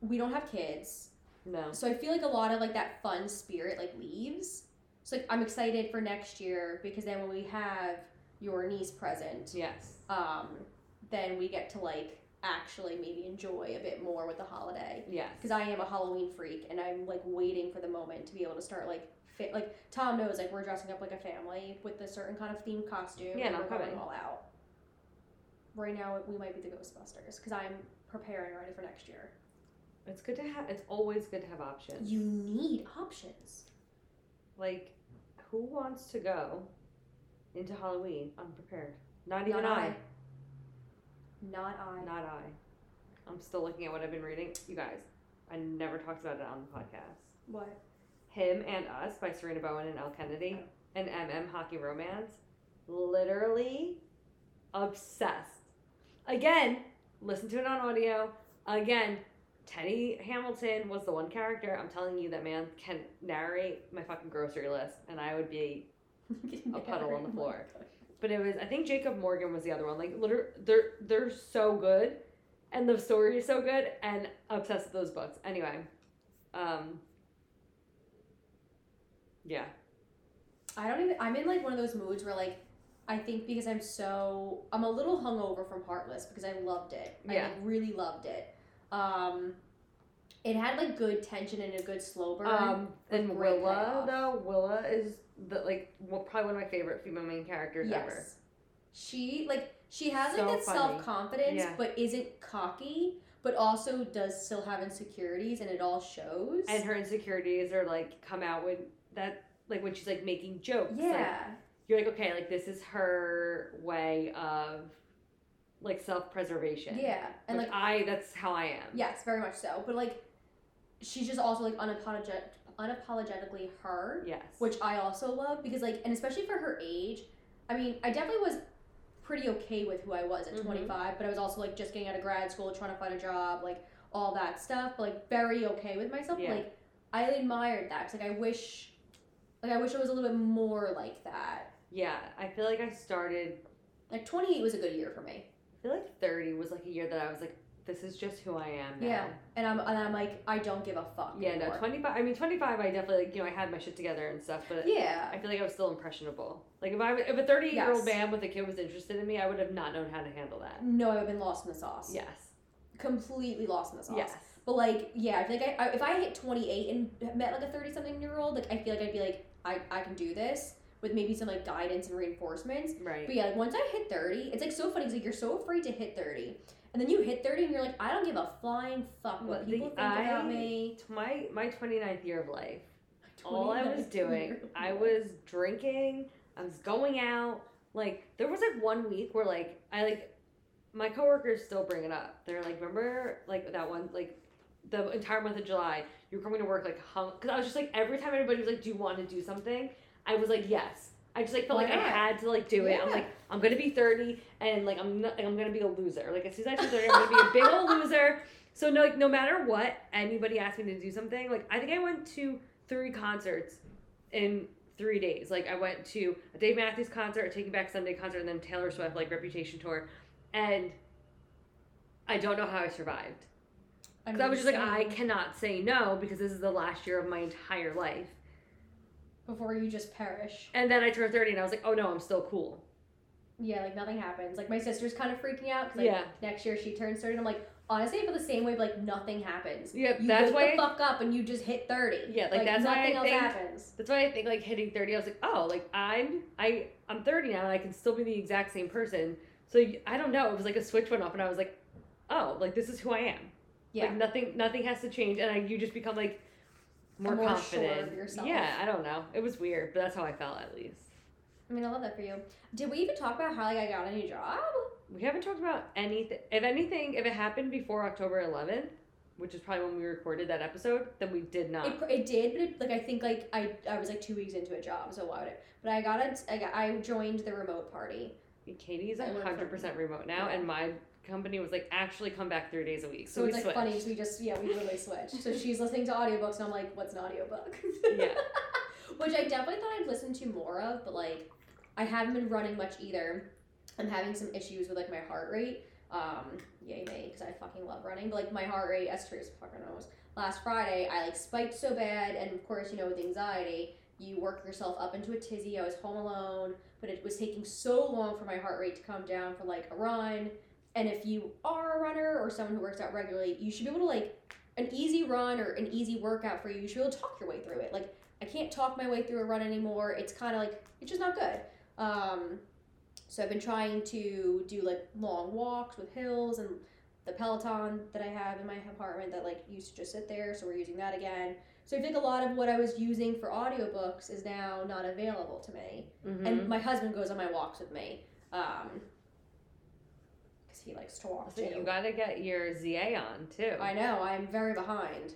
S4: we don't have kids.
S3: no,
S4: So I feel like a lot of like that fun spirit like leaves. So like, I'm excited for next year because then when we have your niece present,
S3: yes,
S4: um, then we get to like actually maybe enjoy a bit more with the holiday.
S3: yes,
S4: Because I am a Halloween freak, and I'm like waiting for the moment to be able to start like fit. Like Tom knows, like we're dressing up like a family with a certain kind of themed costume.
S3: Yeah,
S4: and
S3: no,
S4: we're going
S3: coming.
S4: all out. Right now, we might be the Ghostbusters because I'm preparing already for next year.
S3: it's good to have. It's always good to have options.
S4: You need options.
S3: like, who wants to go into Halloween unprepared? Not even
S4: Not
S3: I.
S4: Not I.
S3: Not I. I'm still looking at what I've been reading. You guys, I never talked about it on the podcast.
S4: what? [laughs]
S3: Him and Us by Serena Bowen and Al Kennedy,
S4: Oh.
S3: and MM Hockey Romance. Literally obsessed. Again, listen to it on audio. Again, Teddy Hamilton was the one character. I'm telling you, that man can narrate my fucking grocery list, and I would be A puddle on the floor. but it was I think Jacob Morgan was the other one. Like literally, they're they're so good, and the story is so good, and obsessed with those books. Anyway, um, yeah,
S4: I don't even. I'm in like one of those moods where like I think because I'm so I'm a little hungover from Heartless because I loved it. I
S3: Yeah.
S4: like, really loved it. Um, it had like good tension and a good slow burn.
S3: um, and
S4: great
S3: Willa
S4: payoff.
S3: though Willa is the like well, probably one of my favorite female main characters ever.
S4: She like she has
S3: So
S4: like that
S3: funny.
S4: self confidence,
S3: Yeah.
S4: but isn't cocky, but also does still have insecurities, and it all shows.
S3: And her insecurities are like come out when that like when she's like making jokes. like,
S4: yeah,
S3: you're like okay, like this is her way of like self preservation.
S4: yeah, and
S3: And
S4: like
S3: like I, that's how I am.
S4: Yes, very much so. But like, she's just also like unapologetic, unapologetically her,
S3: Yes.
S4: which I also love because like, and especially for her age, I mean, I definitely was pretty okay with who I was at
S3: Mhm.
S4: 25, but I was also like just getting out of grad school, trying to find a job, like all that stuff. But like, very okay with myself.
S3: Yeah.
S4: Like, I admired that. 'cause, like, I wish, like, I wish I was a little bit more like that.
S3: Yeah, I feel like I started.
S4: Like, 28 was a good year for me.
S3: I feel like thirty was like a year that I was like, this is just who I am now.
S4: Yeah. And I'm, and I'm like, I don't give a fuck.
S3: Yeah. No.
S4: anymore.
S3: Twenty five. I mean, twenty five. I definitely like you know I had my shit together and stuff, but
S4: Yeah.
S3: I feel like I was still impressionable. Like if I was, if a thirty year old
S4: Yes.
S3: man with a kid was interested in me, I would have not known how to handle that.
S4: No, I've been lost in the sauce.
S3: Yes.
S4: completely lost in the sauce.
S3: Yes.
S4: But like, yeah, I feel like I, I, if I hit 28 and met like a 30 something year old, like I feel like I'd be like, I, I can do this with maybe some like guidance and reinforcements.
S3: Right.
S4: But yeah, like once I hit 30, it's like so funny because like you're so afraid to hit 30. And then you hit 30 and you're like, I don't give a flying fuck
S3: Well,
S4: what
S3: the-
S4: people think about
S3: I-
S4: me.
S3: My my 29th year of life. all I was
S4: 29
S3: doing,
S4: year old.
S3: I was drinking, I was going out. Like there was like one week where like I like my coworkers still bring it up. They're like, remember like that one like the entire month of July, you were coming to work like hung because I was just like every time everybody was like, do you want to do something? I was like, yes. I just like felt
S4: Why
S3: like I
S4: not?
S3: had to like do it. I'm
S4: Yeah.
S3: like, I'm gonna be 30 and like I'm not, like, I'm gonna be a loser. Like as soon as I turn 30, I'm gonna be a big
S4: [laughs]
S3: old loser. So no, like no matter what anybody asked me to do something, like I think I went to three concerts in three days. Like I went to a Dave Matthews concert, a Taking Back Sunday concert, and then Taylor Swift like Reputation tour, and I don't know how I survived.
S4: I'm
S3: 'Cause I was just like, I
S4: insane.
S3: cannot say no because this is the last year of my entire life.
S4: Before you just perish.
S3: And then I turned thirty, and I was like, oh no, I'm still cool.
S4: Yeah, like nothing happens. Like my sister's kind of freaking out because like
S3: Yeah.
S4: next year she turns 30 and I'm like, honestly, I feel the same way. But like nothing happens.
S3: Yeah,
S4: you
S3: that's
S4: wake
S3: why I-
S4: the fuck up and you just hit thirty.
S3: Yeah, like, that's why
S4: nothing
S3: I
S4: else
S3: think-
S4: happens.
S3: That's why I think like hitting 30, I was like, oh, like I'm I I'm 30 now and I can still be the exact same person. So y- I don't know. It was like a switch went off and I was like, oh, like this is who I am.
S4: Yeah,
S3: Like nothing nothing has to change and I, you just become like more,
S4: more sure of
S3: confident.
S4: yourself.
S3: Yeah, I don't know. It was weird, but that's how I felt at least.
S4: I mean, I love that for you. Did we even talk about how like I got a new job?
S3: We haven't talked about anything. If anything, if it happened before October 11th, which is probably when we recorded that episode, then we did not.
S4: It, pr- it did, but it, like I think like I I was like two weeks into a job, so why would it? But I got it. I, got- I joined the remote party.
S3: Katie's
S4: I work from-
S3: 100% remote now,
S4: Yeah.
S3: and my company was like, actually come back three days a week. So,
S4: So
S3: we
S4: it's like
S3: switched.
S4: funny 'cause we just yeah
S3: [laughs]
S4: we literally switched. So she's listening to audiobooks and I'm like, what's an audiobook? [laughs]
S3: [laughs] Yeah.
S4: Which I definitely thought I'd listen to more of, but like I haven't been running much either. I'm having some issues with like my heart rate. Um, yay me, because I fucking love running. But like my heart rate, as true as fucking knows. Last Friday, I like spiked so bad, and of course, you know, with anxiety, you work yourself up into a tizzy. I was home alone, but it was taking so long for my heart rate to come down for like a run. And if you are a runner or someone who works out regularly, you should be able to like an easy run or an easy workout for you. You should be able to talk your way through it. Like I can't talk my way through a run anymore. It's kind of like it's just not good. Um, so I've been trying to do like long walks with hills and the Peloton that I have in my apartment that like used to just sit there. So we're using that again. So I think a lot of what I was using for audiobooks is now not available to me.
S3: Mhm.
S4: And my husband goes on my walks with me because he likes to walk
S3: So
S4: too.
S3: you gotta get your ZA on too.
S4: I know I'm very behind.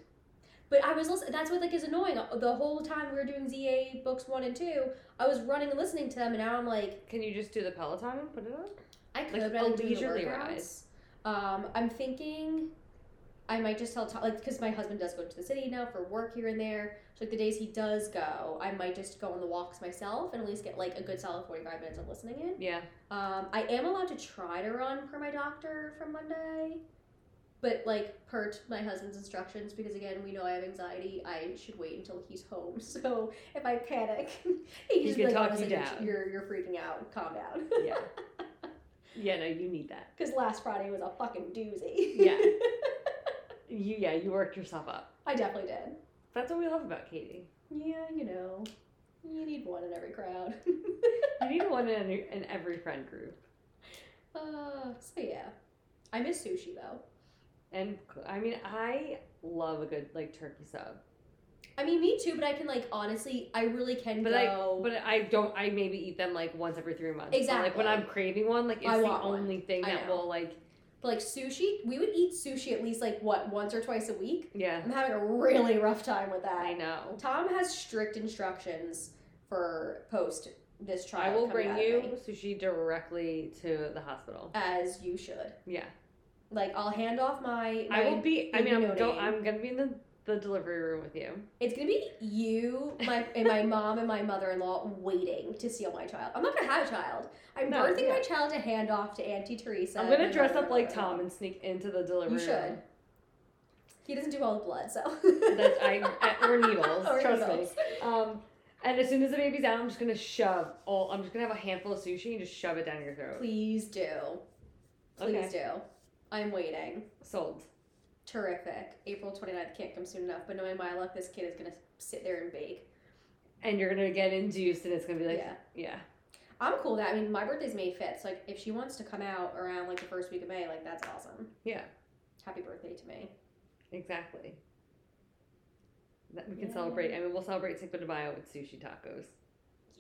S4: But I was listening. That's what like is annoying. The whole time we were doing ZA books one and two, I was running and listening to them, and now I'm like,
S3: Can you just do the Peloton and put it on?
S4: I could,
S3: Like
S4: but I
S3: a
S4: like doing the
S3: leisurely
S4: workouts. Um, I'm thinking I might just tell Tom, like, because my husband does go to the city now for work here and there. So like the days he does go, I might just go on the walks myself and at least get like a good solid 45 minutes of listening in.
S3: Yeah.
S4: Um, I am allowed to try to run per my doctor from Monday, but like per t- my husband's instructions, because again, we know I have anxiety. I should wait until he's home. [laughs] So if I panic, [laughs] he
S3: He
S4: just
S3: can
S4: be like,
S3: talk
S4: "Oh, I was
S3: you
S4: like, you're-
S3: down."
S4: You're you're freaking out. Calm down. [laughs]
S3: Yeah. [laughs] yeah, no, you need that.
S4: Because last Friday was a fucking doozy.
S3: Yeah. You yeah, you worked yourself up.
S4: [laughs] I definitely did.
S3: That's what we love about Katie.
S4: Yeah, you know, you need one in every crowd. [laughs]
S3: You need one in, in every friend group.
S4: uh, so yeah, I miss sushi though.
S3: And I mean, I love a good like turkey sub,
S4: I mean, me too. But I can like honestly, I really can
S3: but
S4: go.
S3: I but I don't. I maybe eat them like once every three months. So, like when
S4: Exactly.
S3: I'm craving one, like it's
S4: I
S3: the
S4: want one.
S3: only thing
S4: I
S3: that
S4: know.
S3: will like
S4: But like sushi, we would eat sushi at least like what once or twice a week.
S3: yeah. [laughs]
S4: I'm having a really rough time with
S3: I
S4: that.
S3: know.
S4: Tom has strict instructions for post this
S3: I
S4: trial.
S3: will bring
S4: coming out of
S3: you
S4: me,
S3: sushi directly to the hospital.
S4: as you should.
S3: Yeah.
S4: Like I'll hand off my.
S3: I
S4: my-
S3: will be. I
S4: you
S3: mean, I'm
S4: know
S3: go,
S4: me.
S3: I'm gonna be in the, the delivery room with you.
S4: It's gonna be you, my and my mom and my mother-in-law waiting to steal my child. I'm not gonna have a child. I'm
S3: No,
S4: birthing
S3: yeah.
S4: my child to hand off to Auntie Teresa.
S3: I'm gonna
S4: my
S3: dress
S4: mother
S3: up like
S4: mother-in-law.
S3: Tom and sneak into the delivery
S4: You
S3: room.
S4: should. He doesn't do well with blood, so.
S3: That's I, I or needles.
S4: [laughs] Or
S3: trust
S4: needles.
S3: me. Um, and as soon as the baby's out, I'm just gonna shove all. I'm just gonna have a handful of sushi and just shove it down your throat.
S4: Please do. Please
S3: Okay.
S4: do. I'm waiting.
S3: Sold.
S4: Terrific. April 29th can't come soon enough, but knowing my luck, this kid is going to sit there and bake.
S3: And you're gonna get induced, and it's gonna be like, yeah.
S4: Yeah. I'm cool with that. I mean, my birthday's May 5th, so like, if she wants to come out around like the first week of May, like, that's awesome.
S3: Yeah.
S4: Happy birthday to me.
S3: exactly. That we can
S4: Yeah.
S3: celebrate. I mean, we'll celebrate Cinco de Mayo with sushi tacos.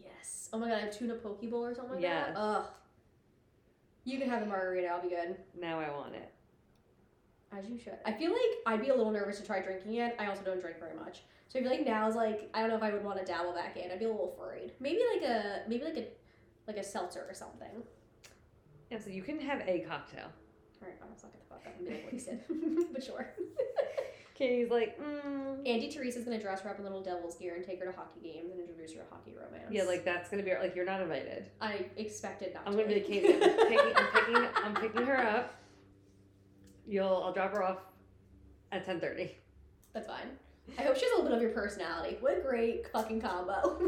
S4: Yes. Oh my god, I have tuna poke bowl or something like
S3: Yes.
S4: that? Ugh. You can have the margarita, I'll be good.
S3: Now I want it.
S4: As you should. I feel like I'd be a little nervous to try drinking it. I also don't drink very much, so I feel like now is like I don't know if I would want to dabble back in. I'd be a little afraid. Maybe like a maybe like a like a seltzer or something.
S3: Yeah, so you can have a cocktail.
S4: All right, I'm not gonna fuck up and be like
S3: [laughs]
S4: wasted, [laughs] but sure.
S3: Katie's like, mm.
S4: Auntie Teresa's gonna dress her up in little devil's gear and take her to hockey games and introduce her to hockey romance.
S3: yeah, like that's gonna be our, like you're not invited.
S4: I expected not.
S3: I'm
S4: to.
S3: gonna be like,
S4: [laughs]
S3: Katie, I'm picking, [laughs] I'm picking, I'm picking her up. You'll, I'll drop her off at 10:30.
S4: That's [laughs] fine. I hope she has a little bit of your personality. What a great fucking combo.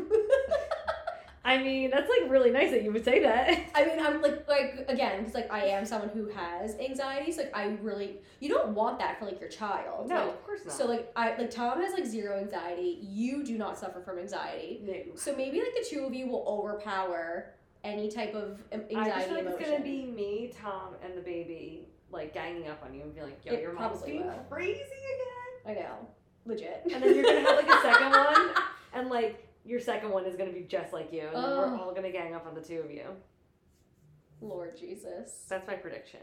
S3: I mean, that's like really nice that you would say that.
S4: I mean, I'm like, like again, because like I am someone who has anxieties. Like I really, you don't want that for like your child.
S3: No,
S4: Like,
S3: of course not.
S4: so like I like Tom has like zero anxiety. You do not suffer from anxiety.
S3: No.
S4: So maybe like the two of you will overpower any type of um,
S3: I
S4: anxiety
S3: just feel like
S4: emotion.
S3: it's gonna be me, Tom, and the baby like ganging up on you and being like, "Yo,
S4: It
S3: your mom's
S4: probably
S3: being
S4: will.
S3: crazy again."
S4: I know, legit.
S3: [laughs] And then you're gonna have like a second one, and like your second one is gonna be just like you, and then we're
S4: Oh.
S3: all gonna gang up on the two of you.
S4: [laughs] Lord Jesus.
S3: That's my prediction.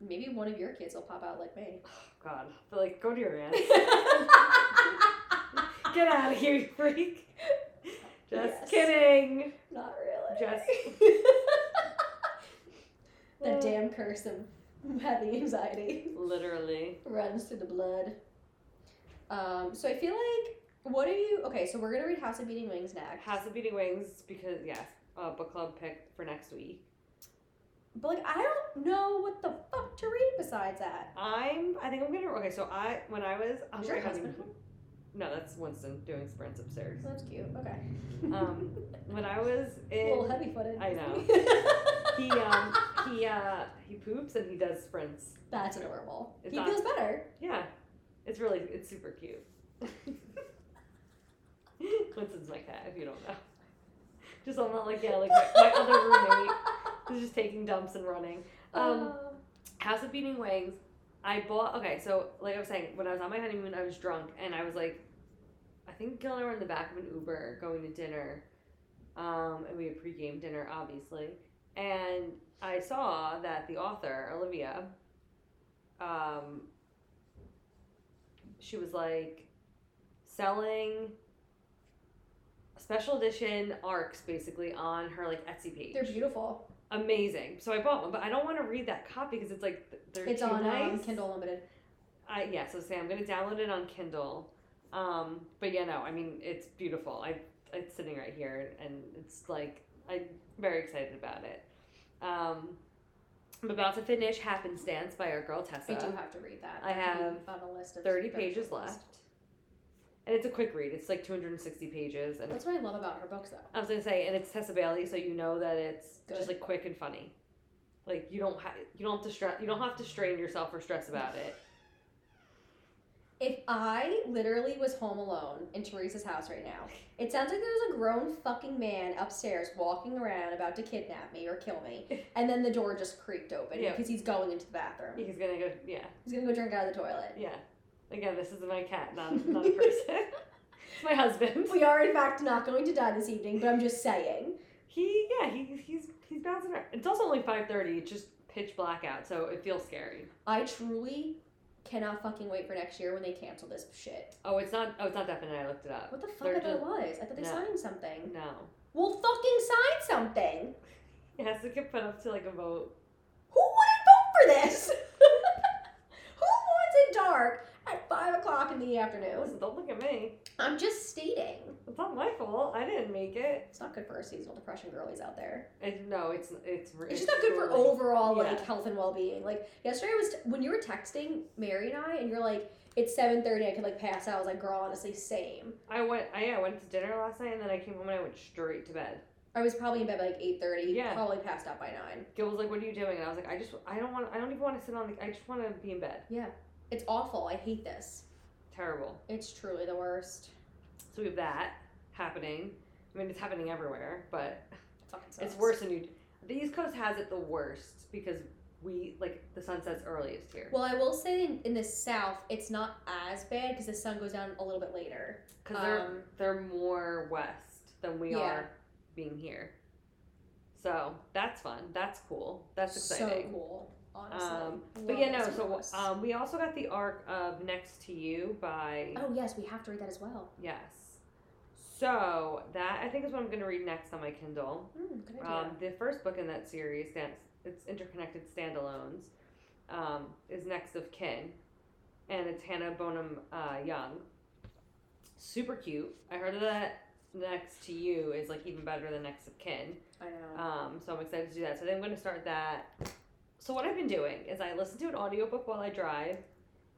S4: Maybe one of your kids will pop out
S3: [laughs]
S4: like me. [laughs]
S3: God, but like, go to your aunt. Get out of here, you [laughs] freak. Just
S4: Yes.
S3: kidding.
S4: Not
S3: [laughs]
S4: really.
S3: Just- [laughs]
S4: that damn curse of heavy anxiety
S3: Literally.
S4: runs through the blood. Um, so I feel like, what are you? Okay, so we're gonna read House of Beating Wings next.
S3: House of Beating Wings because yes, uh, book club pick for next week.
S4: but like, I don't know what the fuck to read besides that.
S3: I'm. I think I'm gonna. Okay, so I when I was. I was
S4: Is your
S3: like, I mean-
S4: husband home?
S3: No, that's Winston doing sprints upstairs. [laughs]
S4: Oh, That's cute. Okay.
S3: Um, when I was
S4: A little
S3: in, [laughs]
S4: heavy footed.
S3: I know. he um he uh he poops and he does sprints.
S4: [laughs] That's adorable.
S3: It's
S4: he
S3: not-
S4: feels better.
S3: Yeah, it's really it's super cute. [laughs] Winston's my cat. If you don't know, just I'm not like yeah like my, my other roommate is just taking dumps and running. Um,
S4: Uh,
S3: House of Beating Wings. I bought okay, so like I was saying, when I was on my honeymoon, I was drunk and I was like, I think Gil and I were in the back of an Uber going to dinner, um, and we had pregame dinner obviously, and I saw that the author Olivia, um, she was like selling special edition arcs basically on her like Etsy page
S4: they're beautiful.
S3: amazing. So I bought one, but I don't want to read that copy because it's like th- they're
S4: It's
S3: too
S4: on
S3: nice.
S4: um, Kindle Limited.
S3: I yeah. So say I'm gonna download it on Kindle. Um, but yeah, no. I mean, it's beautiful. I it's sitting right here, and it's like I'm very excited about it. Um, I'm about to finish Happenstance by our girl Tessa.
S4: I do have to read that.
S3: I have
S4: on a list of
S3: 30
S4: books on
S3: pages
S4: the list.
S3: left. And it's a quick read. It's like 260 pages, and it's
S4: That's what I love about her books, though.
S3: I was gonna say, and it's Tessa Bailey, so you know that it's
S4: Good.
S3: just like quick and funny. Like you don't have you don't have to stress you don't have to strain yourself or stress about it.
S4: If I literally was home alone in Teresa's house right now, it sounds like there was a grown fucking man upstairs walking around about to kidnap me or kill
S3: [laughs]
S4: me, and then the door just creaked open
S3: Yeah.
S4: because he's going into the bathroom.
S3: He's gonna go yeah
S4: He's gonna go drink out of the toilet.
S3: yeah. Again, this is my cat, not not a
S4: [laughs]
S3: person. it's my husband.
S4: We are in fact not going to die this evening, but I'm just saying.
S3: He yeah he he's he's bouncing around. It's also only five thirty. It's just pitch black out, so it feels scary.
S4: I truly cannot fucking wait for next year when they cancel this shit.
S3: Oh, it's not oh it's not definite. I looked it up.
S4: What the fuck
S3: They're
S4: I thought it
S3: just-
S4: was? I thought they
S3: No.
S4: signed something.
S3: No,
S4: Well, fucking sign something.
S3: it has to get put up to like a vote.
S4: Who wouldn't vote for this? [laughs] Who wants it dark at five o'clock in the afternoon?
S3: Listen, don't look at me.
S4: I'm just stating.
S3: It's not my fault. I didn't make it.
S4: It's not good for seasonal depression girlies out there.
S3: It's, no, it's it's re-
S4: It's just not good for
S3: totally-
S4: overall like
S3: yeah.
S4: health and well being. Like yesterday was when you were texting Mary and I, and you're like, "It's seven thirty. I could like pass out." I was like, "Girl, honestly, same."
S3: I went. I, yeah, I went to dinner last night, and then I came home and I went straight to bed.
S4: I was probably in bed by like eight thirty.
S3: Yeah.
S4: Probably passed out by nine.
S3: Gil was like, "What are you doing?" And I was like, "I just. I don't want. I don't even want to sit on the. I just want to be in bed.
S4: It's awful. I hate this.
S3: Terrible."
S4: It's truly the worst.
S3: So we have that happening. I mean, it's happening everywhere, but
S4: It fucking
S3: it's
S4: sucks.
S3: worse than you. The East Coast has it the worst because we like the sun sets earliest here.
S4: Well, I will say in, in the south, it's not as bad because the sun goes down a little bit later.
S3: Because they're
S4: um,
S3: they're more west than we
S4: Yeah.
S3: are being here. So that's fun. That's cool. That's exciting.
S4: So cool, honestly.
S3: Um,
S4: Love
S3: but yeah, no.
S4: this
S3: So
S4: house.
S3: um, we also got the arc of Next to You by
S4: oh yes, we have to read that as well.
S3: Yes. So that I think is what I'm going to read next on my Kindle.
S4: Mm, good idea.
S3: Um, the first book in that series, stand- it's interconnected standalones, um, is Next of Kin, and it's Hannah Bonham uh, Young. Super cute. I heard that Next to You is like even better than Next of Kin.
S4: I know.
S3: Um, so I'm excited to do that. So I think I'm going to start that. So what I've been doing is I listen to an audiobook while I drive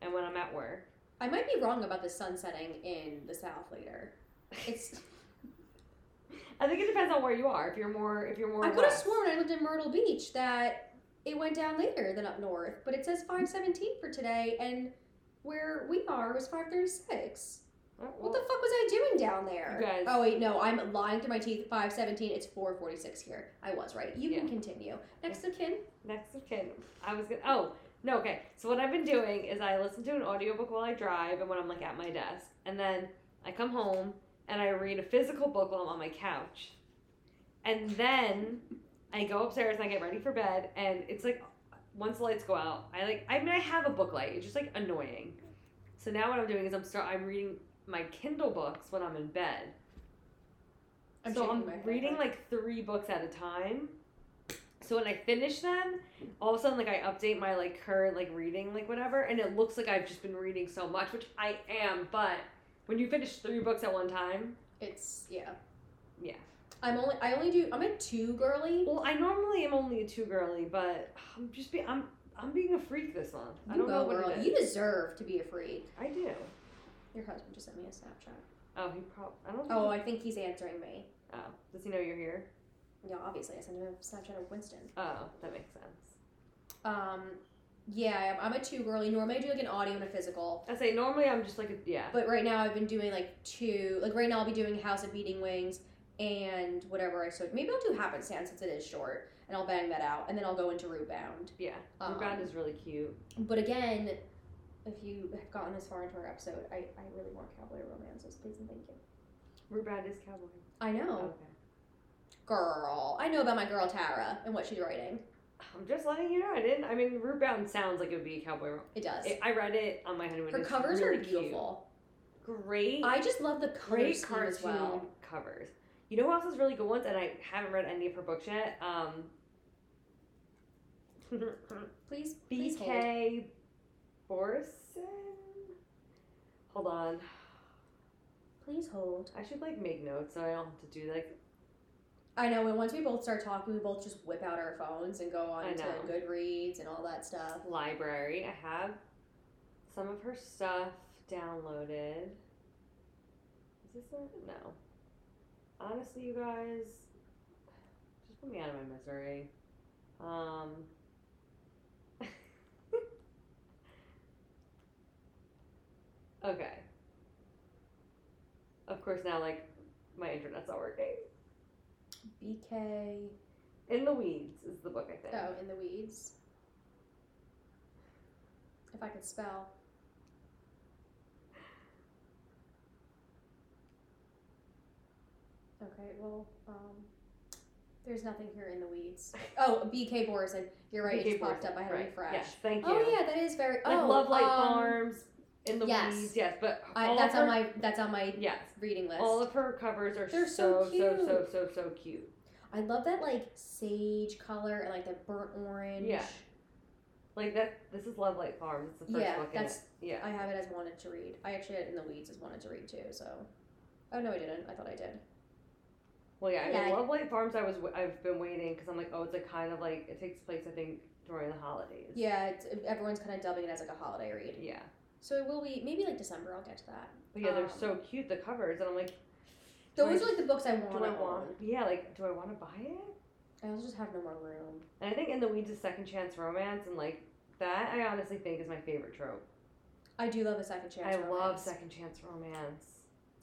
S3: and when I'm at work.
S4: I
S3: [laughs]
S4: might be wrong about the sun setting in the south later. It's
S3: I think it depends on where you are. If you're more, if you're more,
S4: I could have
S3: west.
S4: sworn I lived in Myrtle Beach that it went down later than up north, but it says 517 for today, and where we are was 536.
S3: Oh,
S4: What
S3: well,
S4: the fuck was I doing down there?
S3: You guys-
S4: Oh wait, no, I'm lying through my teeth. 517, it's 446 here. I was right. You can
S3: Yeah.
S4: continue. Next of kin.
S3: Next of kin. I was gonna. Oh no. Okay. So what I've been doing is I listen to an audiobook while I drive and when I'm like at my desk, and then I come home and I read a physical book while I'm on my couch, and then I go upstairs and I get ready for bed, and it's like once the lights go out, I like. I mean, I have a book light. It's just like annoying. So now what I'm doing is I'm start. I'm reading my Kindle books when I'm in bed.
S4: I'm
S3: so
S4: shaking
S3: I'm
S4: my head.
S3: reading like three books at a time. So when I finish them, all of a sudden like I update my like current like reading like whatever, and it looks like I've just been reading so much, which I am. But when you finish three books at one time,
S4: it's yeah.
S3: yeah.
S4: I'm only I only do I'm a two girly.
S3: Well, I normally am only a two girly, but I'm just be I'm I'm being a freak this month. I
S4: You
S3: don't
S4: go,
S3: know what
S4: girl.
S3: it is.
S4: You deserve to be a freak.
S3: I do.
S4: Your husband just sent me a Snapchat.
S3: Oh, he probably. I don't.
S4: Oh,
S3: Think
S4: I think he's answering me.
S3: oh. Does he know you're here?
S4: Yeah, obviously I sent him a Snapchat of Winston.
S3: Oh, that makes sense.
S4: Um, yeah, I'm, I'm a two girly. Normally I do like an audio and a physical,
S3: I say normally I'm just like a, yeah.
S4: but right now I've been doing like two. Like right now I'll be doing House of Beating Wings and whatever I switch. Maybe I'll do Happenstance since it is short, and I'll bang that out, and then I'll go into Rebound.
S3: Yeah,
S4: Um,
S3: Rebound is really cute.
S4: But again, if you have gotten this far into our episode, I, I really want Cowboy Romances, please and thank you.
S3: Rebound is cowboy.
S4: I know,
S3: Okay.
S4: girl. I know about my girl Tara and what she's writing.
S3: I'm just letting you know. I didn't. I mean, Rootbound sounds like it would be a cowboy. rom-
S4: It does.
S3: It, I read it on my honeymoon.
S4: Her
S3: It's
S4: covers
S3: really
S4: are
S3: cute.
S4: beautiful.
S3: Great,
S4: I just love the color
S3: great
S4: scheme
S3: cartoon
S4: as well.
S3: covers. You know who else has really good ones? And I haven't read any of her books yet. Um,
S4: [laughs] Please, please hold.
S3: BK Borson. Hold on.
S4: Please hold.
S3: I should like make notes so I don't have to do like.
S4: I know. And once we both start talking, we both just whip out our phones and go
S3: I
S4: on to
S3: know.
S4: Goodreads and all that stuff.
S3: library. I have some of her stuff downloaded. Is this it? No. Honestly, you guys, just put me out of my misery. Um. [laughs] okay. Of course, now like my internet's not working.
S4: BK.
S3: In the Weeds is the book I think.
S4: Oh, in the weeds. If I could spell. Okay, well, um, there's nothing here in
S3: [laughs]
S4: the weeds. Oh, BK Borison. You're right. it
S3: BK
S4: just popped
S3: Borson,
S4: up. I had to
S3: right.
S4: refresh.
S3: Yes, thank you.
S4: Oh yeah, that is very.
S3: like
S4: oh,
S3: Love Light
S4: um,
S3: Farms, In the
S4: yes.
S3: Weeds, yes, but
S4: I,
S3: all
S4: that's
S3: of her,
S4: on my that's on my
S3: yes,
S4: reading list.
S3: all of her covers are
S4: They're
S3: so
S4: so
S3: so
S4: cute.
S3: so so so cute.
S4: I love that like sage color and like that burnt orange.
S3: Yeah. Like that, this is Love Light Farms. It's the first
S4: Yeah,
S3: book
S4: that's-
S3: in it.
S4: I
S3: Yeah,
S4: have it as wanted to read. I actually had it in the weeds as wanted to read too. So, oh no, I didn't. I thought I did.
S3: well, yeah, I mean,
S4: yeah, I-
S3: Love Light Farms. I was I've been waiting because I'm like, oh, it's a kind of like it takes place I think during the holidays.
S4: Yeah, it's, everyone's kind of dubbing it as like a holiday read.
S3: yeah,
S4: So it will be maybe like December. I'll get to that.
S3: but yeah, they're
S4: Um,
S3: so cute the covers, and I'm like, Do
S4: Those
S3: I-
S4: are like the books I
S3: do
S4: want.
S3: I want? Yeah, like, do I want to buy it?
S4: I also just have no more room.
S3: And I think In the Weeds is second chance romance, and like that, I honestly think is my favorite trope.
S4: I do love a second chance.
S3: I love
S4: romance.
S3: second chance romance.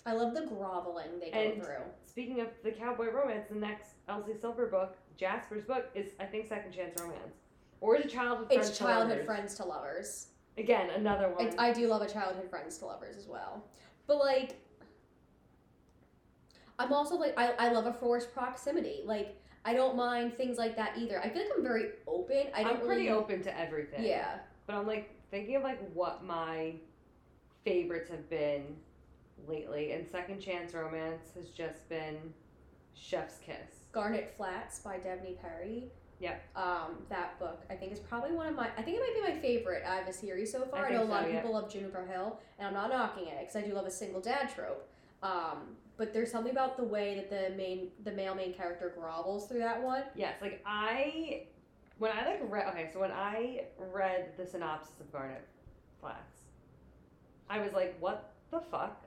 S4: I love the groveling they go
S3: And-
S4: through.
S3: Speaking of the cowboy romance, the next Elsie Silver book, Jasper's book, is I think Second Chance Romance, or is it Childhood Friends?
S4: It's
S3: to
S4: childhood
S3: Lovers?
S4: friends to lovers.
S3: Again, another one.
S4: I, I do love a childhood friends to lovers as well. But like I'm also like I, I love a forced proximity. Like I don't mind things like that either. I feel like I'm very open. I don't
S3: am pretty
S4: really
S3: open to everything.
S4: Yeah.
S3: but I'm like thinking of like what my favorites have been lately, and Second Chance Romance has just been Chef's Kiss.
S4: Garnet Flats by Debney Perry.
S3: Yep.
S4: Um, that book I think is probably one of my I think it might be my favorite out of the series so far.
S3: I
S4: I,
S3: think
S4: know a lot
S3: so,
S4: of
S3: yeah.
S4: people love Juniper Hill, and I'm not knocking it because I do love a single dad trope. Um, but there's something about the way that the main the male main character grovels through that one.
S3: Yes, like I when I like read okay, so when I read the synopsis of Garnet Flats, I was like, what the fuck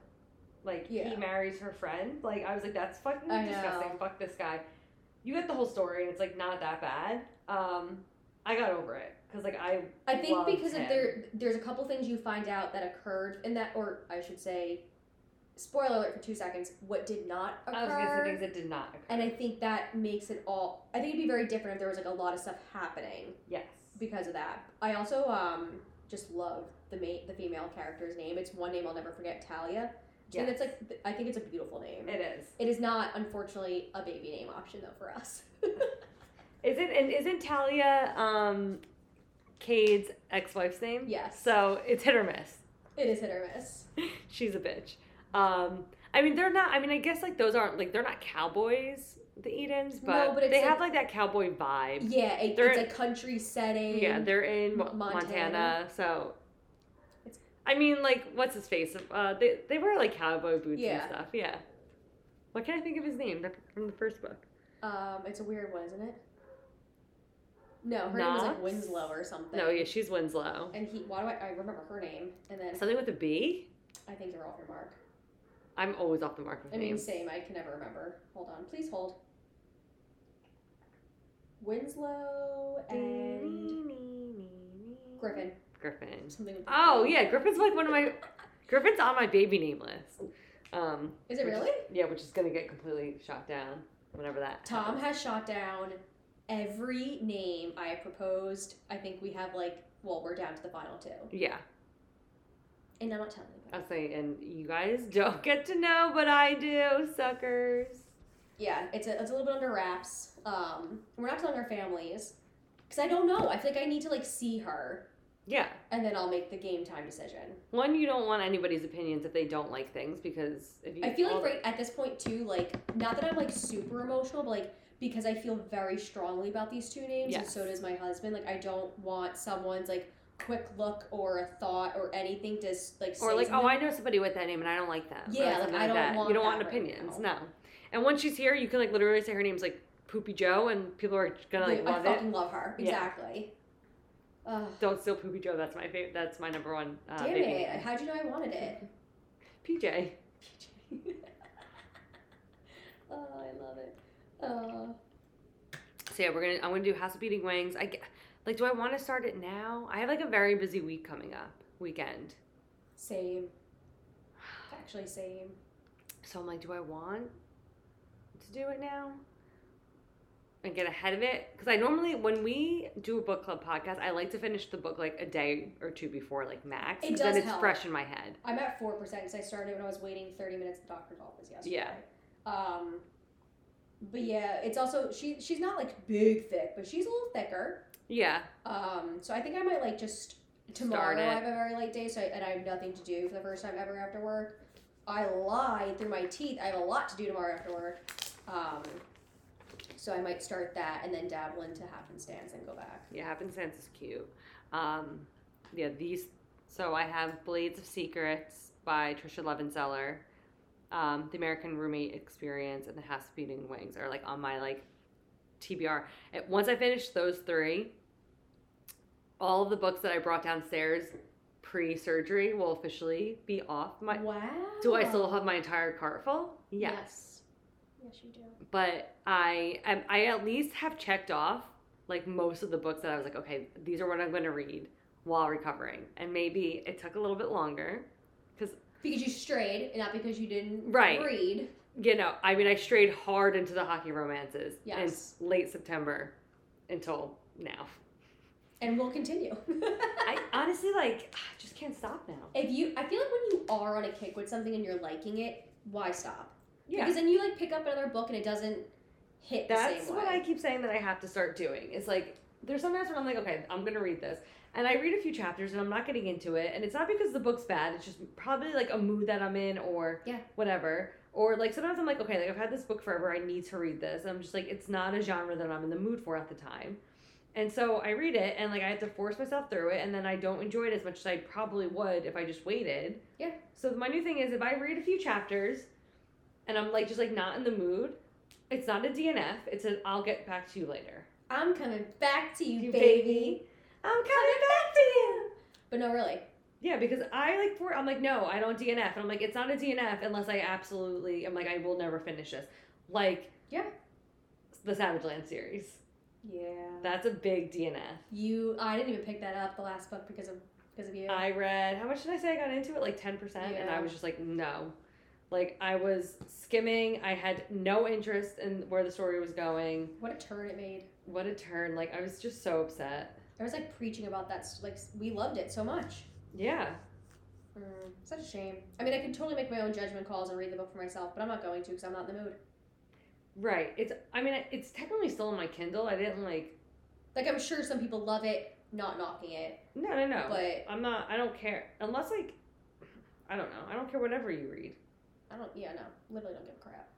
S3: Like
S4: Yeah.
S3: he marries her friend. Like I was like, that's fucking
S4: I
S3: disgusting.
S4: know.
S3: Fuck this guy. You get the whole story, and it's like not that bad. Um, I got over it because like I
S4: I think
S3: loved
S4: because of
S3: him.
S4: there, there's a couple things you find out that occurred in that, or I should say, spoiler alert for two seconds, what did not occur.
S3: I was gonna say things that did not occur.
S4: and I think that makes it all. I think it'd be very different if there was like a lot of stuff happening
S3: yes,
S4: because of that. I also um just love the mate, the female character's name. It's one name I'll never forget, Talia. Yeah,
S3: Yes.
S4: it's like th- I think it's a beautiful name.
S3: it is.
S4: It is not, unfortunately, a baby name option though for us. [laughs]
S3: Isn't and isn't Talia um, Cade's ex-wife's name?
S4: yes,
S3: So it's hit or miss.
S4: it is hit or miss.
S3: She's a bitch. Um, I mean, they're not. I mean, I guess like those aren't like they're not cowboys, the Edens, but,
S4: No, but it's
S3: they
S4: like-
S3: have like that cowboy vibe.
S4: Yeah, it,
S3: They're-
S4: it's a country setting.
S3: Yeah, they're in Mo- Montana,
S4: Montana.
S3: so.
S4: It's-
S3: I mean, like, what's his face? Uh, they they wear like cowboy boots
S4: Yeah.
S3: and stuff. Yeah. What can I think of his name that- from the first book?
S4: Um, it's a weird one, isn't it? No, her name was
S3: Knox?
S4: like Winslow or something.
S3: No, yeah, she's Winslow.
S4: And he, why do I, I remember her name? And then
S3: Something with a B.
S4: I think they're off your mark.
S3: I'm always off the mark with
S4: I mean,
S3: names.
S4: same. I can never remember. Hold on, please hold. Winslow and Griffin.
S3: Griffin.
S4: Something. With
S3: Oh yeah, Griffin's like one of my Griffin's on my baby name list. Um,
S4: Is it
S3: which is-
S4: really?
S3: yeah, which is gonna get completely shot down whenever that.
S4: Tom
S3: happens.
S4: has shot down every name I have proposed. I think we have like, well, we're down to the final two,
S3: Yeah,
S4: and I'm not telling anybody.
S3: I'll say, and you guys don't get to know, but I do, suckers.
S4: Yeah, it's a, it's a little bit under wraps. Um, we're not telling our families because I don't know. I feel like I need to like see her,
S3: Yeah,
S4: and then I'll make the game time decision.
S3: one you don't want anybody's opinions if they don't like things because if you
S4: I feel
S3: all-
S4: like right at this point too, like not that I'm like super emotional, but like because I feel very strongly about these two names, and
S3: Yes.
S4: so does my husband. Like I don't want someone's like quick look or a thought or anything to s- like
S3: or like
S4: say
S3: oh
S4: something.
S3: I know somebody with that name and I don't like that. or
S4: Yeah, like,
S3: something
S4: I don't
S3: that.
S4: want
S3: you don't
S4: that
S3: want
S4: right
S3: opinions,
S4: now.
S3: no. And once she's here, you can like literally say her name's like Poopy Joe, and people are gonna like
S4: I
S3: love it.
S4: fucking love her
S3: Yeah.
S4: exactly. Ugh,
S3: Don't steal Poopy Joe. That's my favorite. That's my number one. Uh,
S4: damn
S3: baby.
S4: it! How'd you know I wanted it?
S3: PJ.
S4: PJ. [laughs] oh, I love it. Oh.
S3: So yeah, we're gonna. I'm gonna do House of Beating Wings. I ge- like. Do I want to start it now? I have like a very busy week coming up. Weekend.
S4: Same. Actually, same.
S3: So I'm like, do I want to do it now? And get ahead of it because I normally when we do a book club podcast, I like to finish the book like a day or two before, like max.
S4: It
S3: 'cause
S4: does
S3: then it's
S4: help.
S3: fresh in my head.
S4: I'm at four percent because I started when I was waiting thirty minutes at the doctor's office yesterday.
S3: Yeah.
S4: Um, but yeah, it's also she she's not like big thick, but she's a little thicker.
S3: Yeah,
S4: Um, so I think I might like just tomorrow.
S3: it.
S4: I have a very late day, so I, and I have nothing to do for the first time ever after work. I lied through my teeth. I have a lot to do tomorrow after work. Um, so I might start that and then dabble into happenstance and go back.
S3: yeah. Happenstance is cute. Um, yeah, these. So I have Blades of Secrets by Trisha Levenseller. um, the American Roommate Experience and the House of Beating Wings are like on my like TBR. And once I finish those three, all of the books that I brought downstairs pre-surgery will officially be off my.
S4: wow.
S3: Do
S4: Ah.
S3: I still have my entire cart full? Yes,
S4: Yes. Yes, you do.
S3: but I am. I at least have checked off like most of the books that I was like, okay, these are what I'm going to read while recovering, and maybe it took a little bit longer.
S4: Because you strayed, and not because you didn't
S3: Right.
S4: read.
S3: you know, I mean, I strayed hard into the hockey romances
S4: Yes.
S3: in late September until now.
S4: and we'll continue. [laughs]
S3: I honestly like [sighs] I just can't stop now.
S4: if you, I feel like when you are on a kick with something and you're liking it, why stop?
S3: Yeah,
S4: Because then you like pick up another book and it doesn't hit the
S3: that's
S4: same
S3: what
S4: way.
S3: I keep saying that I have to start doing. It's like there's sometimes when I'm like, okay, I'm gonna read this, and I read a few chapters and I'm not getting into it, and it's not because the book's bad. It's just probably like a mood that I'm in or
S4: Yeah.
S3: whatever. Or like sometimes I'm like, okay, like I've had this book forever. I need to read this. And I'm just like, it's not a genre that I'm in the mood for at the time. And so I read it and like I have to force myself through it and then I don't enjoy it as much as I probably would if I just waited.
S4: Yeah.
S3: So my new thing is if I read a few chapters and I'm like just like not in the mood, it's not a DNF. It's an I'll get back to you later.
S4: I'm coming back to you, baby.
S3: I'm coming back to you.
S4: But no, really,
S3: Yeah, because I like for I'm like no, I don't DNF, and I'm like it's not a DNF unless I absolutely I'm like I will never finish this. Like
S4: Yeah.
S3: the Savage Land series.
S4: Yeah.
S3: That's a big DNF.
S4: You, I didn't even pick that up the last book because of because of you.
S3: I read how much did I say I got into it? Like ten percent, and I
S4: Yeah.
S3: was just like, no. Like I was skimming. I had no interest in where the story was going.
S4: what a turn it made.
S3: What a turn! Like I was just so upset.
S4: I was like preaching about that. s- Like s- we loved it so much.
S3: Yeah,
S4: Mm, such a shame. I mean, I could totally make my own judgment calls and read the book for myself, but I'm not going to because I'm not in the mood.
S3: right. It's. I mean, it's technically still on my Kindle. I didn't like.
S4: Like I'm sure some people love it, not knocking it,
S3: No, no, no.
S4: but
S3: I'm not. I don't care unless like. I don't know. I don't care whatever you read.
S4: I don't. Yeah, no, literally don't give a crap.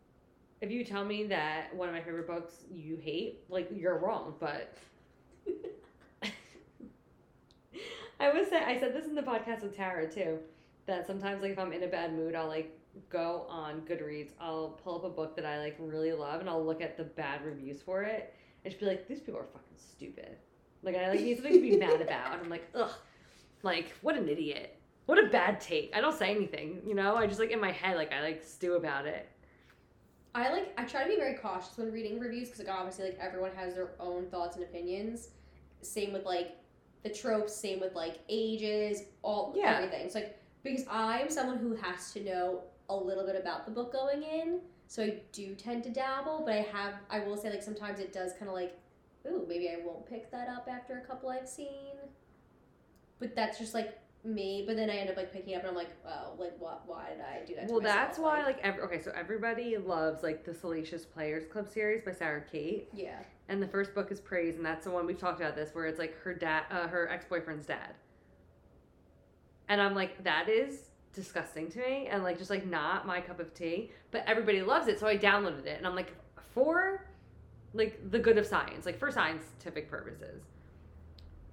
S3: If you tell me that one of my favorite books you hate, like you're wrong, but [laughs] I was say I said this in the podcast with Tara too, that sometimes like if I'm in a bad mood, I'll like go on Goodreads, I'll pull up a book that I like really love and I'll look at the bad reviews for it and just be like, These people are fucking stupid. Like I like need something to be mad about and I'm like, ugh. Like, what an idiot. What a bad take. I don't say anything, you know? I just like in my head, like I like stew about it.
S4: I like I try to be very cautious when reading reviews because like obviously like everyone has their own thoughts and opinions. Same with like the tropes. Same with like ages. All
S3: Yeah.
S4: everything. It's like because I'm someone who has to know a little bit about the book going in, so I do tend to dabble. But I have I will say like sometimes it does kind of like, ooh maybe I won't pick that up after a couple I've seen. But that's just like me. But then I end up like picking up and I'm like, oh like what? Why did I do that? to
S3: Well,
S4: myself?"
S3: that's why, like, ev okay, so everybody loves like the Salacious Players Club series by Sarah Kate,
S4: yeah.
S3: and the first book is Praise, and that's the one we've talked about this, where it's like her dad, uh, her ex boyfriend's dad, and I'm like, that is disgusting to me, and like just like not my cup of tea, but everybody loves it, so I downloaded it, and I'm like, for like the good of science, like for scientific purposes,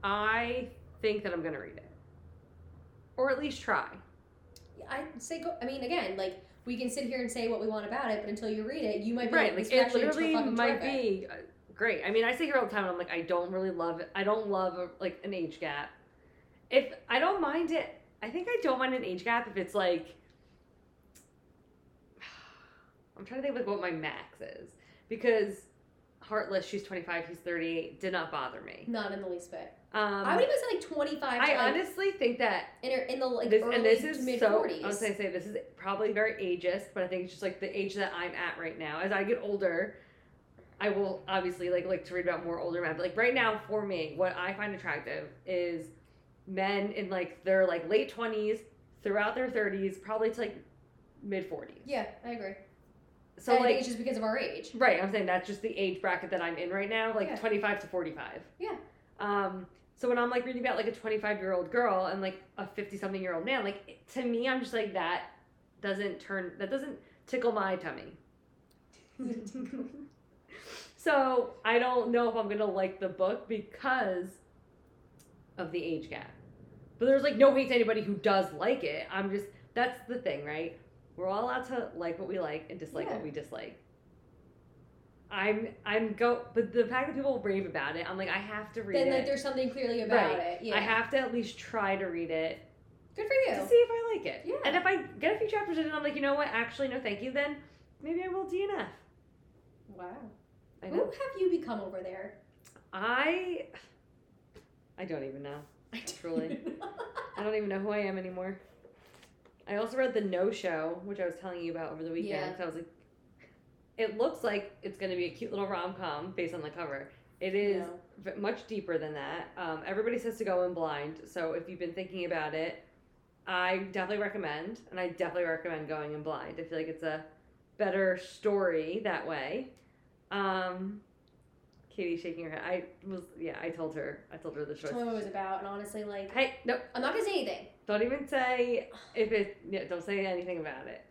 S3: I think that I'm gonna read it, or at least try.
S4: I say go. I mean, again, like we can sit here and say what we want about it, but until you read it, you might be
S3: right like
S4: Like, this
S3: it
S4: actually
S3: literally
S4: fucking
S3: might
S4: terrific.
S3: be uh, great i mean i say here all the time i'm like i don't really love it i don't love a, like an age gap if i don't mind it i think i don't mind an age gap if it's like [sighs] i'm trying to think like what my max is because heartless she's 25 he's 38 did not bother me
S4: Not in the least bit.
S3: um
S4: I would even say like twenty five.
S3: I
S4: like,
S3: honestly think that
S4: in, her- in the like
S3: this,
S4: early
S3: and this is
S4: mid
S3: so.
S4: forties.
S3: I was gonna say this is probably very ageist, but I think it's just like the age that I'm at right now. As I get older, I will obviously like like to read about more older men. But like right now, for me, what I find attractive is men in like their like late twenties, throughout their thirties, probably to like mid forties.
S4: yeah, I agree.
S3: So
S4: And I think
S3: like
S4: it's just because of our age.
S3: Right, I'm saying that's just the age bracket that I'm in right now, like
S4: Yeah.
S3: 25 to 45.
S4: Yeah.
S3: Um, so when I'm like reading about like a 25 year old girl and like a 50 something year old man, like it- to me, I'm just like that doesn't turn that doesn't tickle my
S4: [laughs]
S3: tummy. so I don't know if I'm gonna like the book because of the age gap. But there's like no hate to anybody who does like it. I'm just that's the thing, right? We're all allowed to like what we like and dislike
S4: Yeah.
S3: what we dislike. I'm I'm go but the fact that people rave about it, I'm like I have to read
S4: Then
S3: it.
S4: like there's something clearly about
S3: Right.
S4: it. Yeah,
S3: I have to at least try to read it
S4: good for
S3: to
S4: you.
S3: see if I like it.
S4: Yeah.
S3: And if I get a few chapters in and I'm like, you know what, actually no thank you, then maybe I will DNF.
S4: Wow.
S3: I
S4: Who
S3: know.
S4: have you become over there?
S3: I I don't even know.
S4: I [laughs]
S3: Truly. I don't even know who I am anymore. I also read the No Show, which I was telling you about over the weekend.
S4: Yeah.
S3: 'cause I was like, it looks like it's going to be a cute little rom com based on the cover. It is
S4: No.
S3: v- much deeper than that. Um, everybody says to go in blind, so if you've been thinking about it, I definitely recommend, and I definitely recommend going in blind. I feel like it's a better story that way. Um, Katie shaking her head. I was yeah. I told her. I told her the choice.
S4: Tell me what it was about, and honestly, like
S3: Hey, no,
S4: I'm not gonna say anything.
S3: don't even say if it. Yeah, don't say anything about
S4: [laughs]
S3: it.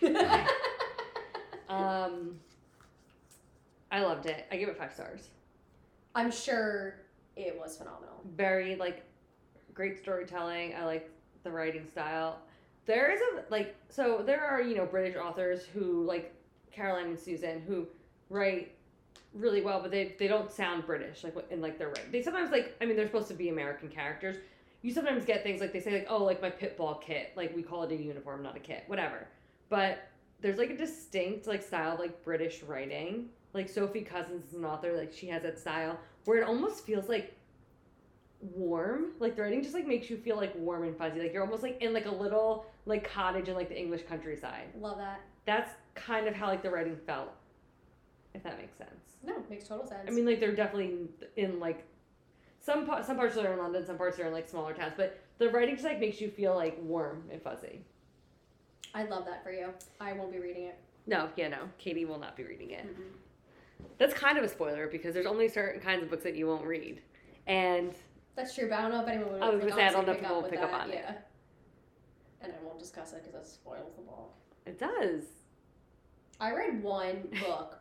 S3: [laughs] um, I loved it. I give it five stars.
S4: I'm sure it was phenomenal.
S3: Very like great storytelling. I like the writing style. There is a like so there are you know British authors who like Caroline and Susan who write really well, but they they don't sound British like in like their writing. They sometimes like I mean they're supposed to be American characters. you sometimes get things like they say like oh like my pit ball kit like we call it a uniform not a kit whatever but there's like a distinct like style of, like british writing like sophie cousins is an author like she has that style where it almost feels like warm like the writing just like makes you feel like warm and fuzzy like you're almost like in like a little like cottage in like the english countryside
S4: Love that.
S3: that's kind of how like the writing felt if that makes sense
S4: No, makes total sense.
S3: I mean, like they're definitely in like some pa- some parts are in London, some parts are in like smaller towns, but the writing just like makes you feel like warm and fuzzy.
S4: I love that for you. I won't be reading it.
S3: No, yeah, no. Katie will not be reading it.
S4: Mm-mm.
S3: That's kind of a spoiler because there's only certain kinds of books that you won't read, and
S4: That's true, but I don't know if anyone would.
S3: I was
S4: like,
S3: gonna say, I
S4: honestly
S3: don't know if people will
S4: pick up with
S3: pick up
S4: that,
S3: on it.
S4: yeah. And I won't discuss it because that spoils the ball.
S3: it does.
S4: I
S3: [laughs]
S4: read one book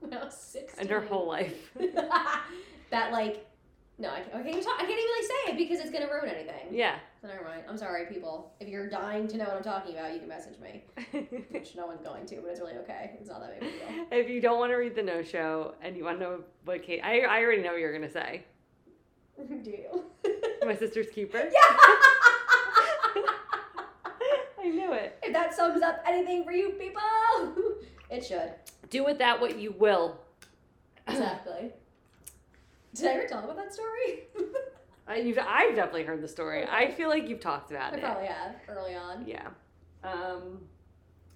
S4: when I was sixteen.
S3: And her whole life.
S4: [laughs]
S3: [laughs]
S4: that like, no, I can't, I can't even talk. I can't even like say it because it's gonna ruin anything.
S3: yeah. [laughs]
S4: So never mind. I'm sorry, people. If you're dying to know what I'm talking about, you can message
S3: [laughs]
S4: me. Which no one's going to, but it's really okay. It's not that big of a deal.
S3: [laughs] if you don't want to read the no show and you want to know what Katie, I, I already know what you're gonna say. [laughs]
S4: [laughs] Do you?
S3: My sister's
S4: [laughs]
S3: keeper.
S4: yeah.
S3: [laughs] I knew it.
S4: if that sums up anything for you people, [laughs] it should.
S3: Do with that what you will.
S4: Exactly. Did I ever tell about that story? [laughs]
S3: I, you've, I've definitely heard the story. I feel like you've talked about
S4: I
S3: it.
S4: probably have early on.
S3: Yeah. Um,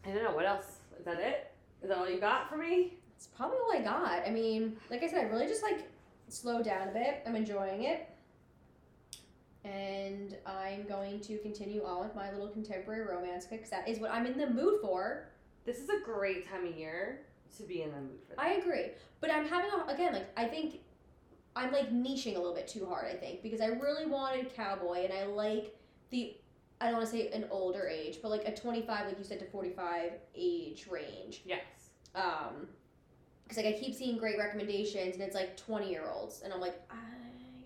S3: I don't know. What else? Is that it? Is that all you got for me?
S4: It's probably all I got. I mean, like I said, I really just like slowed down a bit. I'm enjoying it. And I'm going to continue on with my little contemporary romance because that is what I'm in the mood for.
S3: This is a great time of year to be in the mood for. That.
S4: I agree. But I'm having a, again, like, I think I'm like niching a little bit too hard, I think, because I really wanted cowboy and I like the, I don't want to say an older age, but like a 25, like you said, to 45 age range.
S3: yes.
S4: Um, because like I keep seeing great recommendations and it's like 20 year olds and I'm like, I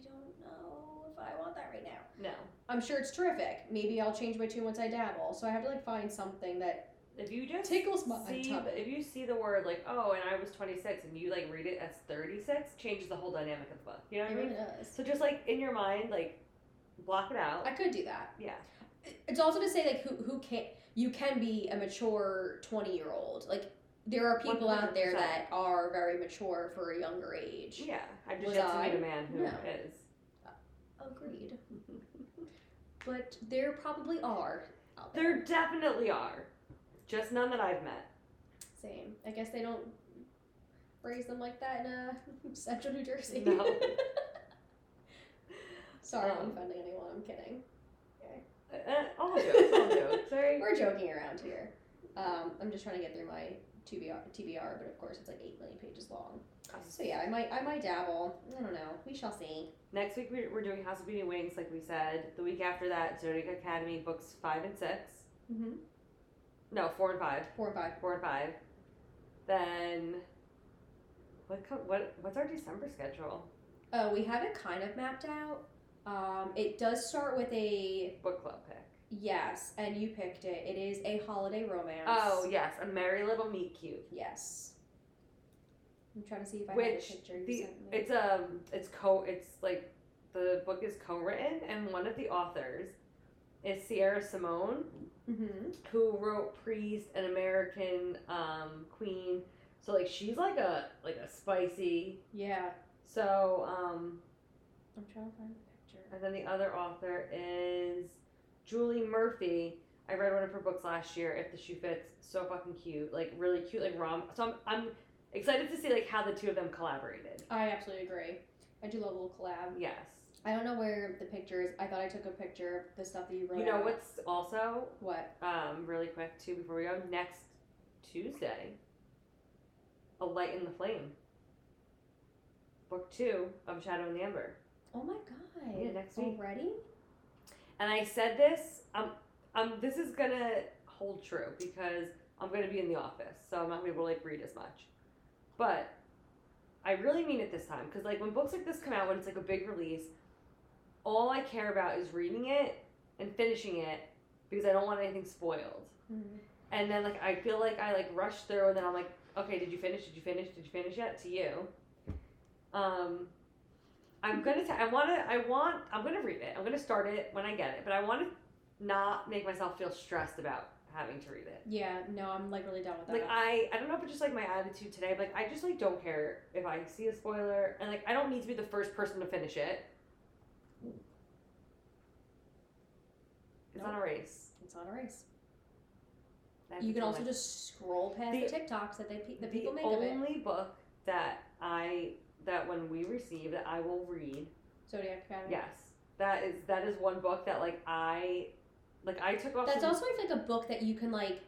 S4: don't know if I want that right now.
S3: No.
S4: I'm sure it's terrific. Maybe I'll change my tune once I dabble. So I have to like find something that
S3: If you just
S4: tickles my
S3: see,
S4: tummy.
S3: if you see the word like, oh, and I was 26, and you like read it as 36, changes the whole dynamic of the book. You know what I
S4: It
S3: mean?
S4: really does.
S3: So just like in your mind, like block it out.
S4: I could do that.
S3: yeah.
S4: it's also to say like who who can you can be a mature 20 year old like there are people out there
S3: 100%.
S4: that are very mature for a younger age
S3: Yeah. I just
S4: Was
S3: yet to
S4: I?
S3: meet a man who is.
S4: No. agreed but there probably are out
S3: There definitely are. Just none that I've
S4: [laughs]
S3: met.
S4: same i guess they don't raise them like that in uh, [laughs] central new jersey
S3: No.
S4: [laughs] sorry i'm
S3: Um.
S4: offending anyone i'm kidding
S3: Uh, uh, all jokes, all
S4: [laughs]
S3: jokes. Sorry.
S4: we're joking around here um, i'm just trying to get through my tbr tbr but of course it's like 8 million pages long so yeah i might i might dabble i don't know we shall see
S3: Next week we're, we're doing House of Beauty and Wings, like we said. The week after that, Zodiac Academy books five and six.
S4: mm-hmm.
S3: No, four and five.
S4: four and five
S3: Four and five. Then what? Co- what? What's our December schedule?
S4: Oh, we have it kind of mapped out. Um, it does start with a
S3: Book club pick.
S4: yes, and you picked it. It is a holiday romance.
S3: Oh yes, a merry little meet cute.
S4: yes. I'm trying to see if I have
S3: Which
S4: a picture. You
S3: the-
S4: sent me.
S3: It's um, it's co. It's like the book is co-written, and one of the authors is Sierra Simone,
S4: Mhm.
S3: who wrote Priest, an American um, Queen. So like she's like a like a spicy.
S4: Yeah,
S3: So um,
S4: I'm trying to find the picture.
S3: and then the other author is Julie Murphy. I read one of her books last year. If the shoe fits, so fucking cute, like really cute, like rom. So I'm, I'm excited to see like how the two of them collaborated. Um,
S4: I absolutely agree. I do love a little collab.
S3: Yes.
S4: I don't know where the picture is. I thought I took a picture of the stuff that you wrote.
S3: You know
S4: out.
S3: what's also
S4: What?
S3: um, really quick too before we go next Tuesday. A light in the flame. Book two of Shadow and the Ember.
S4: Oh my god!
S3: Yeah, next week.
S4: Already?
S3: And I said this, um, um, this is gonna hold true because I'm gonna be in the office, so I'm not gonna be able to like read as much. But I really mean it this time because like when books like this come out, when it's like a big release, all I care about is reading it and finishing it because I don't want anything spoiled. Mm-hmm.
S4: Mhm.
S3: And then like I feel like I like rush through and then I'm like, okay, did you finish? Did you finish? Did you finish yet? To you. Um I'm gonna. T- I want to. I want. I'm gonna read it. I'm gonna start it when I get it. But I want to not make myself feel stressed about having to read it.
S4: Yeah, no, I'm like really done with that.
S3: Like I, I don't know if it's just like my attitude today. But, like I just like don't care if I see a spoiler, and like I don't need to be the first person to finish it. It's not a race.
S4: it's not a race.
S3: I have
S4: You
S3: to
S4: can
S3: tell
S4: also
S3: my-
S4: just scroll past the,
S3: The-
S4: TikToks that they pe- the
S3: the
S4: people make of it.
S3: only book that I that when we receive that I will read.
S4: Zodiac Academy.
S3: Yes, that is that is one book that like I like I took off.
S4: That's
S3: some-
S4: also I feel like a book that you can like.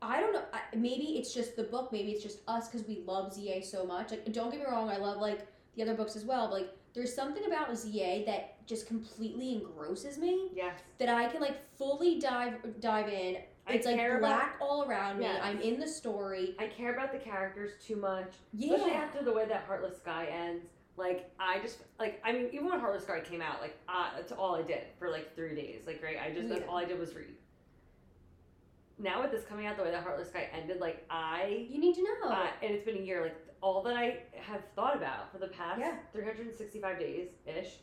S4: I don't know. I- Maybe it's just the book. Maybe it's just us because we love ZA so much. Like, don't get me wrong. I love like the other books as well. But like, there's something about ZA that just completely engrosses me.
S3: yes.
S4: That I can like fully dive dive in.
S3: I
S4: It's like
S3: care
S4: black all around me.
S3: Yes.
S4: I'm in the story.
S3: About, I care about the characters too much, especially
S4: Yeah.
S3: after the way that Heartless Sky ends. Like I just like I mean even when Heartless Sky came out, like I, that's all I did for like three days. Like right, I just that's
S4: Yeah.
S3: all I did was read. Now with this coming out, the way that Heartless Sky ended, like I
S4: You need to know.
S3: Uh, and it's been a year. Like all that I have thought about for the past
S4: Yeah.
S3: 365 days ish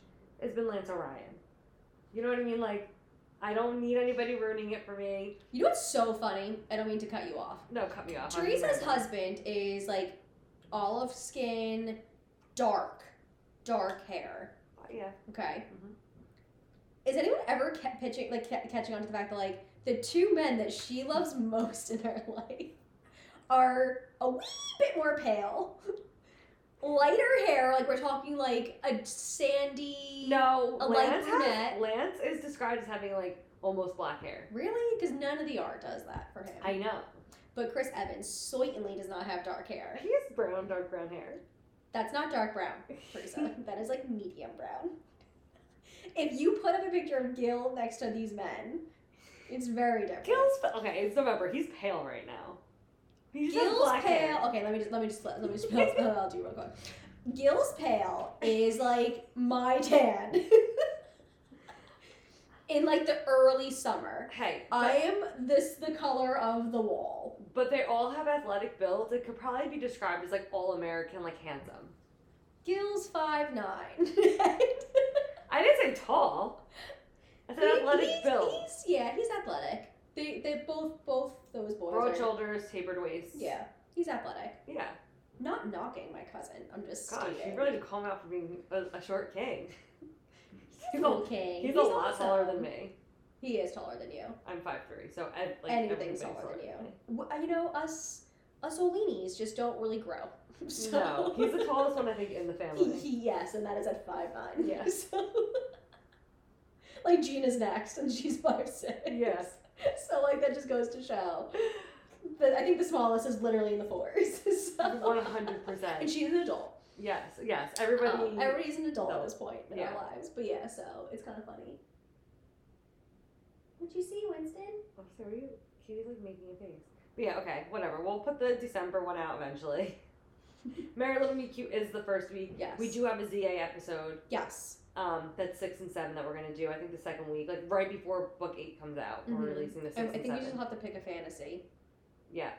S3: has been Lance O'Ryan. You know what I mean? Like I don't need anybody ruining it for me.
S4: you know what's so funny? I don't mean to cut you off.
S3: No, cut me off. I'm
S4: Teresa's
S3: sorry.
S4: husband is like olive skin, dark, dark hair.
S3: Yeah.
S4: Okay.
S3: Mhm. Mm-hmm.
S4: Is anyone ever ca- pitching, like ca- catching on to the fact that like the two men that she loves most in her [laughs] life are a wee bit more pale, [laughs] lighter hair? Like we're talking like a sandy.
S3: No,
S4: A light
S3: Lance.
S4: brunette.
S3: Has, Lance is described as having like almost black hair.
S4: Really? Because none of the art does that for him.
S3: I know.
S4: but Chris Evans certainly does not have dark hair.
S3: He has brown, dark brown hair.
S4: That's not dark brown,
S3: [laughs]
S4: Teresa. that is like medium brown. If you put up a picture of Gil next to these men, it's very different.
S3: Gil's okay. It's November. He's pale right now. He just has
S4: Gil's
S3: black
S4: pale.
S3: hair.
S4: Okay, let me just let me just let me
S3: [laughs]
S4: just spell out you real quick. Gil's pale is like my tan. [laughs] In like the early summer,
S3: Hey,
S4: I am this the color of the wall.
S3: But they all have athletic builds. It could probably be described as like all American, like handsome.
S4: Gil's five nine. [laughs]
S3: I didn't say tall. I said athletic
S4: he's,
S3: build.
S4: he's- yeah, he's athletic. They they both both those boys.
S3: Broad
S4: are-
S3: shoulders, tapered waist.
S4: Yeah, he's athletic.
S3: Yeah.
S4: Not knocking my cousin. I'm just
S3: Gosh,
S4: stating.
S3: you really did call him out for being a, a short king. [laughs]
S4: he's
S3: a-
S4: okay.
S3: He's, a lot
S4: awesome.
S3: taller than me.
S4: He is taller than you.
S3: I'm 5'3", so I, like
S4: anything
S3: everybody's
S4: taller than
S3: me.
S4: you. W- uh, You know, us us Olinis just don't really grow. [laughs] So.
S3: [laughs] No, he's
S4: [laughs]
S3: the tallest one I think in the family.
S4: yes, and that is at five nine.
S3: Yeah.
S4: [laughs] So, like Gina's next, and she's five six.
S3: Yes.
S4: [laughs] So like that just goes to show. But I think the smallest is literally in the fours. [laughs] So.
S3: One hundred
S4: And
S3: percent.
S4: she's an adult.
S3: Yes, yes. Everybody.
S4: Um, everybody's an adult at
S3: No.
S4: this point in
S3: Yeah.
S4: our lives. But yeah, so it's kind of funny. What'd you see, Winston?
S3: I'm sorry, Katie's like making a face. But yeah, okay, whatever. We'll put the December one out
S4: [laughs]
S3: eventually. Mary Little Me Cute is the first week.
S4: Yes.
S3: We do have a ZA episode.
S4: Yes.
S3: Um, that's six and seven that we're gonna do. I think the second week, like right before book eight comes out,
S4: Mhm.
S3: we're releasing the six
S4: I, I
S3: and
S4: think we
S3: seven.
S4: just have to pick a fantasy.
S3: yeah.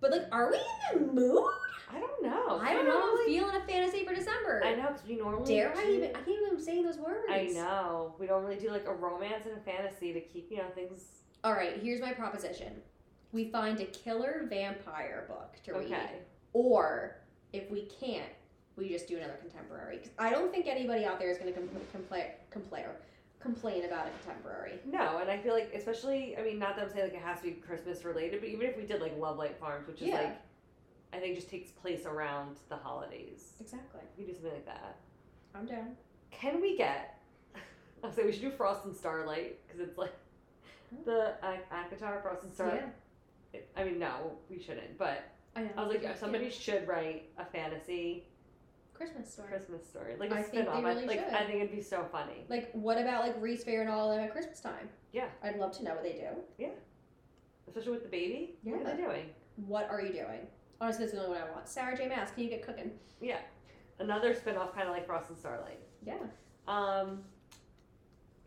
S4: But like, are we in the mood?
S3: I don't know.
S4: I don't
S3: We
S4: know. I'm
S3: normally-
S4: feeling a fantasy for December.
S3: I know because we normally
S4: Dare I
S3: do-
S4: even? I can't even I'm saying those words.
S3: I know. We don't really do like a romance and a fantasy to keep you know things.
S4: All right, here's my proposition: we find a killer vampire book to read,
S3: Okay.
S4: or if we can't, we just do another contemporary. 'Cause I don't think anybody out there is going to compl- compla- compla- complain about a contemporary.
S3: No, and I feel like especially I mean not that I'm saying like it has to be Christmas related, but even if we did like Love Light Farms, which is
S4: Yeah.
S3: like I think just takes place around the holidays.
S4: Exactly.
S3: We could do something like that.
S4: I'm down.
S3: Can we get [laughs] I'll say we should do Frost and Starlight because it's like the uh, Akatar Frost and Starlight.
S4: yeah,
S3: I mean no, we shouldn't, but
S4: I know.
S3: I was like
S4: Yeah.
S3: somebody should write a fantasy
S4: Christmas story.
S3: Christmas story. Like a
S4: I think they
S3: spin off.
S4: really
S3: like
S4: should.
S3: I think it'd be so funny.
S4: Like, what about like Reese Fair and all of them at Christmas time?
S3: Yeah.
S4: I'd love to know what they do.
S3: Especially with the baby. What
S4: Yeah.
S3: are they doing?
S4: What are you doing? Honestly, that's the only one I want. Sarah J. Mass, can you get cooking?
S3: Yeah. Another spin off kinda like Frost and Starlight.
S4: Yeah,
S3: Um,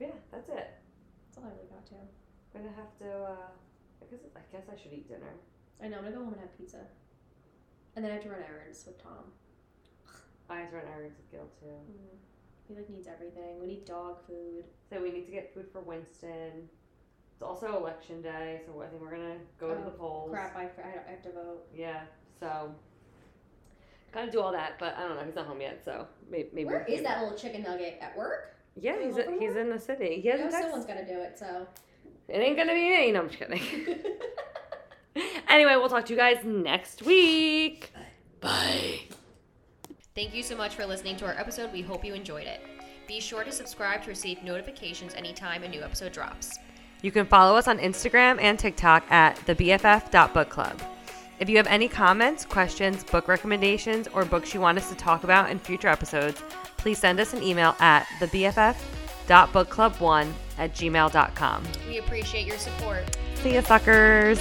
S3: yeah, that's it.
S4: that's all I really got to.
S3: I'm gonna have to. Uh, I guess I guess I should eat dinner.
S4: I know I'm gonna go home and have pizza, and then I have to run errands with Tom.
S3: eyes run errands of guilt too.
S4: Mm. He like needs everything. We need dog food.
S3: So we need to get food for Winston. It's also election day, so I think we're gonna go to
S4: Oh,
S3: the polls.
S4: Crap, I, I don't- I have to vote.
S3: Yeah. So gotta do all that, but I don't know. He's not home yet, so maybe. maybe
S4: Where
S3: he-
S4: is that little chicken nugget at work?
S3: Yeah,
S4: Is he
S3: he's
S4: home from
S3: he's in the city. He
S4: I
S3: hasn't
S4: know
S3: texted-
S4: someone's gonna do it. So
S3: It ain't gonna be me. No, I'm just kidding.
S4: [laughs]
S3: anyway, we'll talk to you guys next week. Bye.
S2: Thank you so much for listening to our episode. We hope you enjoyed it. Be sure to subscribe to receive notifications anytime a new episode drops.
S1: You can follow us on Instagram and TikTok at thebff.bookclub. If you have any comments, questions, book recommendations, or books you want us to talk about in future episodes, please send us an email at thebff.bookclub1 at gmail.com.
S2: We appreciate your support.
S1: See ya, suckers!